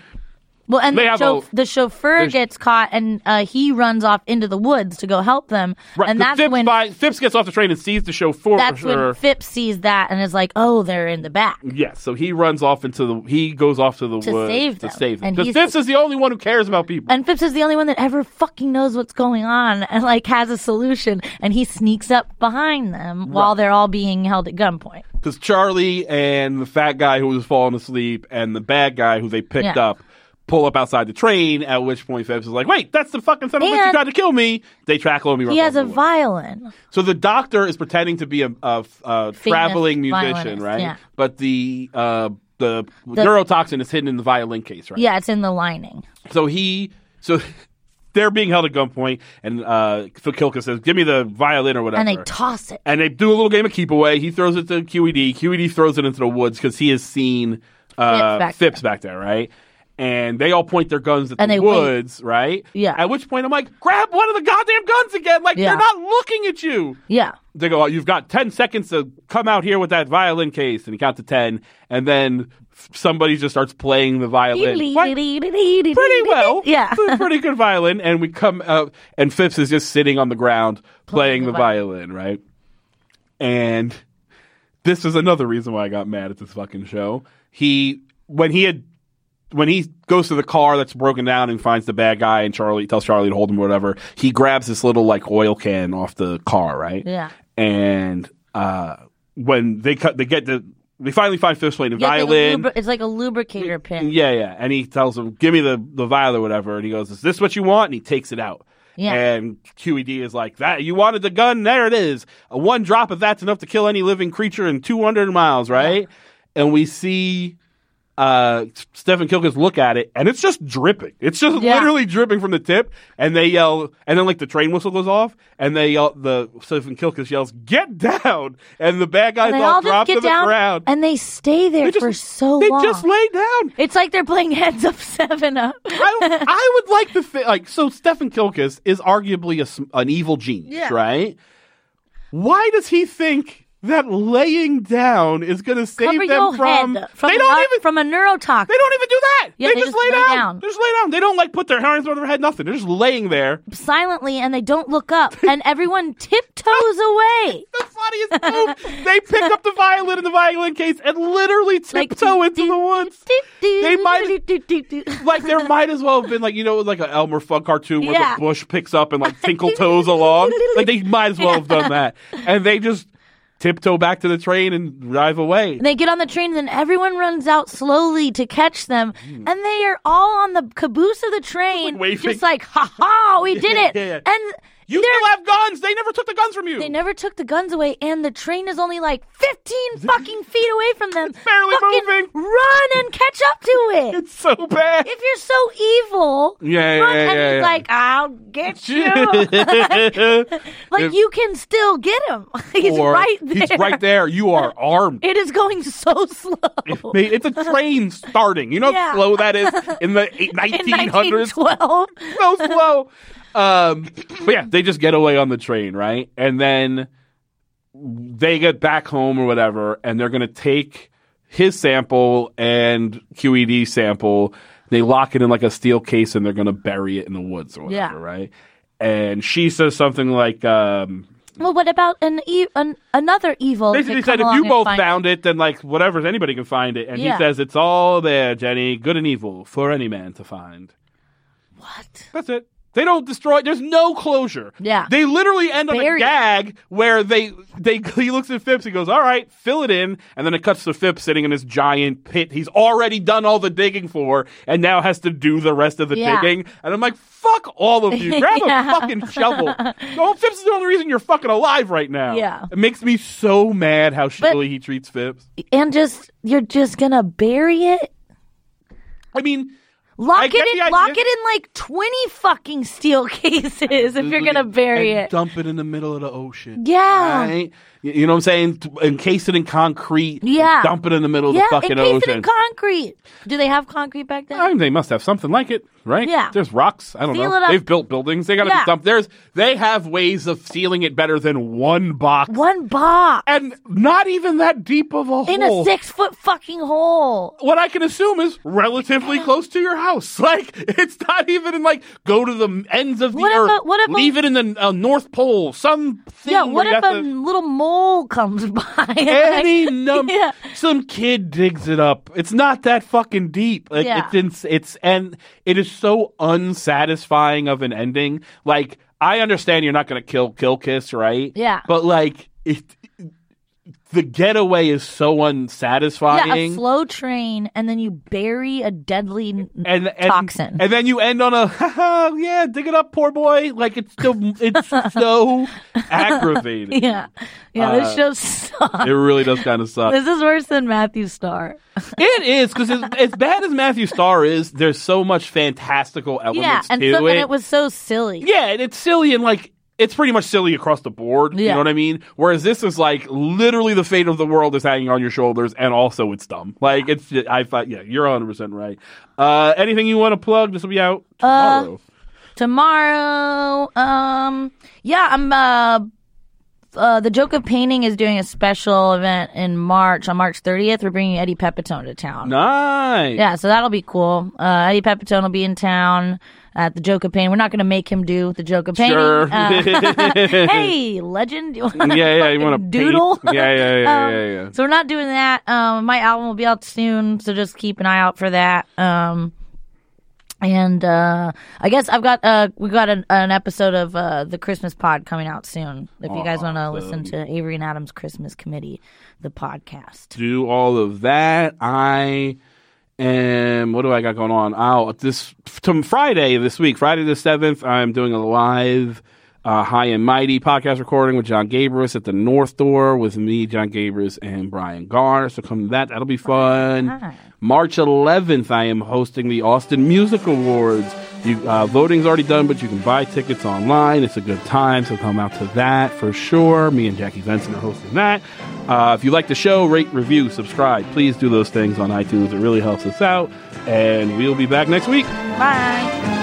Speaker 2: well, and
Speaker 1: They
Speaker 2: the,
Speaker 1: have
Speaker 2: chau-
Speaker 1: a-
Speaker 2: the chauffeur
Speaker 1: there's-
Speaker 2: gets caught, and uh, he runs off into the woods to go help them.
Speaker 1: Right,
Speaker 2: and
Speaker 1: the
Speaker 2: that's
Speaker 1: Phipps,
Speaker 2: when
Speaker 1: by- Phipps gets off the train and sees the chauffeur.
Speaker 2: that's
Speaker 1: or-
Speaker 2: when Phipps sees that and is like, "Oh, they're in the back."
Speaker 1: Yeah, so he runs off into the he goes off to the
Speaker 2: To
Speaker 1: woods
Speaker 2: save
Speaker 1: to
Speaker 2: them.
Speaker 1: save them.
Speaker 2: And
Speaker 1: Because
Speaker 2: he's-
Speaker 1: this is the only one who cares about people.
Speaker 2: And Phipps is the only one that ever fucking knows what's going on and like has a solution. And he sneaks up behind them while they're all being held at gunpoint.
Speaker 1: Because Charlie and the fat guy who was falling asleep and the bad guy who they picked
Speaker 2: Yeah.
Speaker 1: up pull up outside the train. At which point Phipps is like, "Wait, that's the fucking son of a bitch who
Speaker 2: And-
Speaker 1: tried to kill me." They trackle him.
Speaker 2: He
Speaker 1: runs
Speaker 2: has
Speaker 1: off
Speaker 2: a
Speaker 1: the woods.
Speaker 2: violin.
Speaker 1: So the doctor is pretending to be a, a, a traveling musician,
Speaker 2: violinist,
Speaker 1: right?
Speaker 2: yeah.
Speaker 1: But the uh, the neurotoxin is hidden in the violin case, right?
Speaker 2: Yeah, it's in the lining.
Speaker 1: So he, so they're being held at gunpoint, and uh, Kilka says, "Give me the violin or whatever."
Speaker 2: And they toss it.
Speaker 1: And they do a little game of keep away. He throws it to E QED. QED throws it into the woods because he has seen uh,
Speaker 2: Phipps back
Speaker 1: Phipps back there, right? and they all point their guns at
Speaker 2: And
Speaker 1: the
Speaker 2: they wait.
Speaker 1: woods, right?
Speaker 2: Yeah.
Speaker 1: At which point I'm like, grab one of the goddamn guns again. Like
Speaker 2: Yeah.
Speaker 1: they're not looking at you.
Speaker 2: Yeah.
Speaker 1: They go, oh, you've got ten seconds to come out here with that violin case, and you count to ten, and then f- somebody just starts playing the violin. What? Pretty well,
Speaker 2: Yeah.
Speaker 1: It's a pretty good violin, and we come out, and Phipps is just sitting on the ground playing, the
Speaker 2: the vi-
Speaker 1: violin, right? And this is another reason why I got mad at this fucking show. He when he had when he goes to the car that's broken down and finds the bad guy and Charlie tells Charlie to hold him or whatever, he grabs this little like oil can off the car, right?
Speaker 2: Yeah.
Speaker 1: And uh when they cut they get the they finally find Phipps playing the
Speaker 2: Yeah, it's like a
Speaker 1: violin.
Speaker 2: lubri- it's like a lubricator pin.
Speaker 1: Yeah, yeah. And he tells him, "Give me the the vial or whatever." And he goes, "Is this what you want?" And he takes it out.
Speaker 2: Yeah.
Speaker 1: And QED is like, "That you wanted the gun? There it is. A one drop of that's enough to kill any living creature in 200 miles, right?" And we see uh Stephen Kilkus look at it, and it's just dripping. It's just
Speaker 2: Yeah.
Speaker 1: literally dripping from the tip. And they yell, and then like the train whistle goes off, and they yell, the Stephen Kilkus yells, "Get down!" And the bad guys
Speaker 2: And they
Speaker 1: all,
Speaker 2: all
Speaker 1: drop
Speaker 2: just
Speaker 1: to
Speaker 2: get
Speaker 1: the
Speaker 2: down
Speaker 1: ground.
Speaker 2: and they stay
Speaker 1: They
Speaker 2: there
Speaker 1: just-
Speaker 2: for so
Speaker 1: they
Speaker 2: long.
Speaker 1: just lay down.
Speaker 2: it's like they're playing heads up seven up.
Speaker 1: I, don't- I would like to think like so. Stefan Kilkus is arguably a s an evil genius,
Speaker 2: Yeah.
Speaker 1: right? Why does he think that laying down is going to save
Speaker 2: Cover
Speaker 1: them
Speaker 2: your
Speaker 1: from?
Speaker 2: head from,
Speaker 1: they don't
Speaker 2: ro-
Speaker 1: even.
Speaker 2: from a neurotoxin.
Speaker 1: They don't even do that.
Speaker 2: Yeah, they
Speaker 1: just,
Speaker 2: just
Speaker 1: lay,
Speaker 2: lay
Speaker 1: down.
Speaker 2: down.
Speaker 1: They just lay down. They don't like put their hands over their head. Nothing. They're just laying there.
Speaker 2: silently and they don't look up and everyone tiptoes away.
Speaker 1: The funniest move. they pick up the violin in the violin case and literally
Speaker 2: Like
Speaker 1: tiptoe into the woods. They might- like there might as well have been like you know like an Elmer Fudd cartoon where
Speaker 2: Yeah.
Speaker 1: the bush picks up and like tinkle toes along. Like they might as well have done that, and they just tiptoe back to the train and drive away.
Speaker 2: And they get on the train and then everyone runs out slowly to catch them and they are all on the caboose of the train
Speaker 1: Hmm. waving.
Speaker 2: just like ha ha we did it
Speaker 1: yeah, yeah.
Speaker 2: and
Speaker 1: You still have guns. They never took the guns from you.
Speaker 2: they never took the guns away and the train is only like 15 fucking feet away from them
Speaker 1: barely
Speaker 2: Fucking
Speaker 1: moving.
Speaker 2: run and catch up to it
Speaker 1: it's so bad.
Speaker 2: if you're so evil
Speaker 1: Yeah, yeah,
Speaker 2: run
Speaker 1: yeah,
Speaker 2: and
Speaker 1: yeah,
Speaker 2: he's
Speaker 1: yeah.
Speaker 2: like I'll get you Like
Speaker 1: If-
Speaker 2: you can still get him. he's
Speaker 1: or
Speaker 2: right there.
Speaker 1: He's right there. You are armed.
Speaker 2: It is going so slow.
Speaker 1: They- It's a train starting. You know
Speaker 2: Yeah.
Speaker 1: how slow that is in the eight-
Speaker 2: In
Speaker 1: 1900s.
Speaker 2: 1912.
Speaker 1: so slow. Um, but yeah, they just get away on the train, right? And then they get back home or whatever, and they're going to take his sample and QED sample. They lock it in like a steel case, and they're going to bury it in the woods or
Speaker 2: Yeah.
Speaker 1: whatever, right? And she says something like, um,
Speaker 2: Well, what about an, e- an another evil? that
Speaker 1: basically
Speaker 2: could
Speaker 1: said, if
Speaker 2: come
Speaker 1: you
Speaker 2: along and
Speaker 1: both
Speaker 2: find-
Speaker 1: found it, then like whatever, anybody can find it. And
Speaker 2: Yeah.
Speaker 1: he says, it's all there, Jenny, good and evil for any man to find.
Speaker 2: what?
Speaker 1: That's it. They don't destroy. There's no closure.
Speaker 2: Yeah.
Speaker 1: They literally end on a
Speaker 2: Buried.
Speaker 1: gag where they they he looks at Phipps. He goes, "All right, fill it in," and then it cuts to Phipps sitting in this giant pit. He's already done all the digging for, and now has to do the rest of the
Speaker 2: Yeah.
Speaker 1: digging. And I'm like, "Fuck all of you! Grab
Speaker 2: Yeah.
Speaker 1: a fucking shovel." No, Phipps is the only reason you're fucking alive right now.
Speaker 2: Yeah.
Speaker 1: It makes me so mad how shittily he treats Phipps.
Speaker 2: And just you're just gonna bury it?
Speaker 1: I mean.
Speaker 2: Lock
Speaker 1: I
Speaker 2: it
Speaker 1: get the
Speaker 2: in.
Speaker 1: idea.
Speaker 2: Lock it in like 20 fucking steel cases if you're gonna bury
Speaker 1: and
Speaker 2: it.
Speaker 1: Dump it in the middle of the ocean.
Speaker 2: Yeah.
Speaker 1: Right? Y- You know what I'm saying? T- Encase it in concrete. and
Speaker 2: Yeah.
Speaker 1: Dump it in the middle of
Speaker 2: yeah,
Speaker 1: the fucking
Speaker 2: encase it
Speaker 1: ocean.
Speaker 2: in concrete. Do they have concrete back then?
Speaker 1: I mean, they must have something like it, right?
Speaker 2: Yeah.
Speaker 1: There's rocks. I don't
Speaker 2: Seal it
Speaker 1: know.
Speaker 2: up.
Speaker 1: They've built buildings. They got to
Speaker 2: Yeah.
Speaker 1: be dumped. There's they have ways of sealing it better than one box,
Speaker 2: One box
Speaker 1: and not even that deep of a
Speaker 2: in
Speaker 1: hole.
Speaker 2: a six foot fucking hole.
Speaker 1: what I can assume is relatively close to your house. Like it's not even in like go to the ends of the
Speaker 2: What if
Speaker 1: earth.
Speaker 2: a- what if a-
Speaker 1: leave it in the uh, North Pole? Some thing
Speaker 2: Yeah,
Speaker 1: where
Speaker 2: what
Speaker 1: you
Speaker 2: if
Speaker 1: have
Speaker 2: a
Speaker 1: to-
Speaker 2: little mole comes by?
Speaker 1: any number.
Speaker 2: Yeah.
Speaker 1: Some kid digs it up. It's not that fucking deep. Like
Speaker 2: Yeah.
Speaker 1: it's ins- it's and it is so unsatisfying of an ending. Like I understand you're not going to kill kill kiss, right?
Speaker 2: Yeah.
Speaker 1: But like it, the getaway is so unsatisfying.
Speaker 2: yeah, a slow train, and then you bury a deadly n-
Speaker 1: and, and
Speaker 2: toxin.
Speaker 1: and then you end on a "Haha, yeah, dig it up, poor boy. Like it's so it's so aggravating.
Speaker 2: yeah, yeah.
Speaker 1: Uh,
Speaker 2: this show sucks.
Speaker 1: It really does kind of suck.
Speaker 2: This is worse than Matthew Star.
Speaker 1: It is because as, as bad as Matthew Starr is, there's so much fantastical elements
Speaker 2: Yeah, and
Speaker 1: to
Speaker 2: so,
Speaker 1: it.
Speaker 2: and it was so silly.
Speaker 1: yeah, and it's silly and like it's pretty much silly across the board. You
Speaker 2: Yeah.
Speaker 1: know what I mean? Whereas this is like literally the fate of the world is hanging on your shoulders, and also it's dumb. Like it's ju- I thought, yeah, you're 100 percent right. Uh, anything you want to plug? This will be out
Speaker 2: Uh,
Speaker 1: tomorrow.
Speaker 2: tomorrow. Um, yeah, I'm. Uh, uh, the joke of painting is doing a special event in March on March 30th. We're bringing Eddie Pepitone to town.
Speaker 1: nice.
Speaker 2: Yeah, so that'll be cool. Uh, Eddie Pepitone will be in town at the Joke of Pain. We're not going to make him do the Joke of Pain.
Speaker 1: Sure.
Speaker 2: hey, legend. You wanna
Speaker 1: yeah, yeah. You want
Speaker 2: fucking
Speaker 1: to
Speaker 2: doodle?
Speaker 1: Yeah, yeah, yeah,
Speaker 2: Um,
Speaker 1: yeah, yeah.
Speaker 2: So we're not doing that. Um, my album will be out soon, so just keep an eye out for that. Um, and uh, I guess I've got uh, we got an, an episode of uh, the Christmas Pod coming out soon. If you guys want to listen to Avery and Adam's Christmas Committee, the podcast.
Speaker 1: do all of that. I am. What do I got going on? Oh, this from Friday this week, Friday the seventh. I'm doing a live. Uh, High and Mighty podcast recording with John Gabris at the North Door with me, John Gabris, and Brian Garr. So come to that. That'll be fun. March 11th, I am hosting the Austin Music Awards. You, uh, voting's already done, but you can buy tickets online. It's a good time, so come out to that for sure. Me and Jackie Benson are hosting that. Uh, if you like the show, rate, review, subscribe. Please do those things on iTunes. It really helps us out. And we'll be back next week.
Speaker 2: Bye.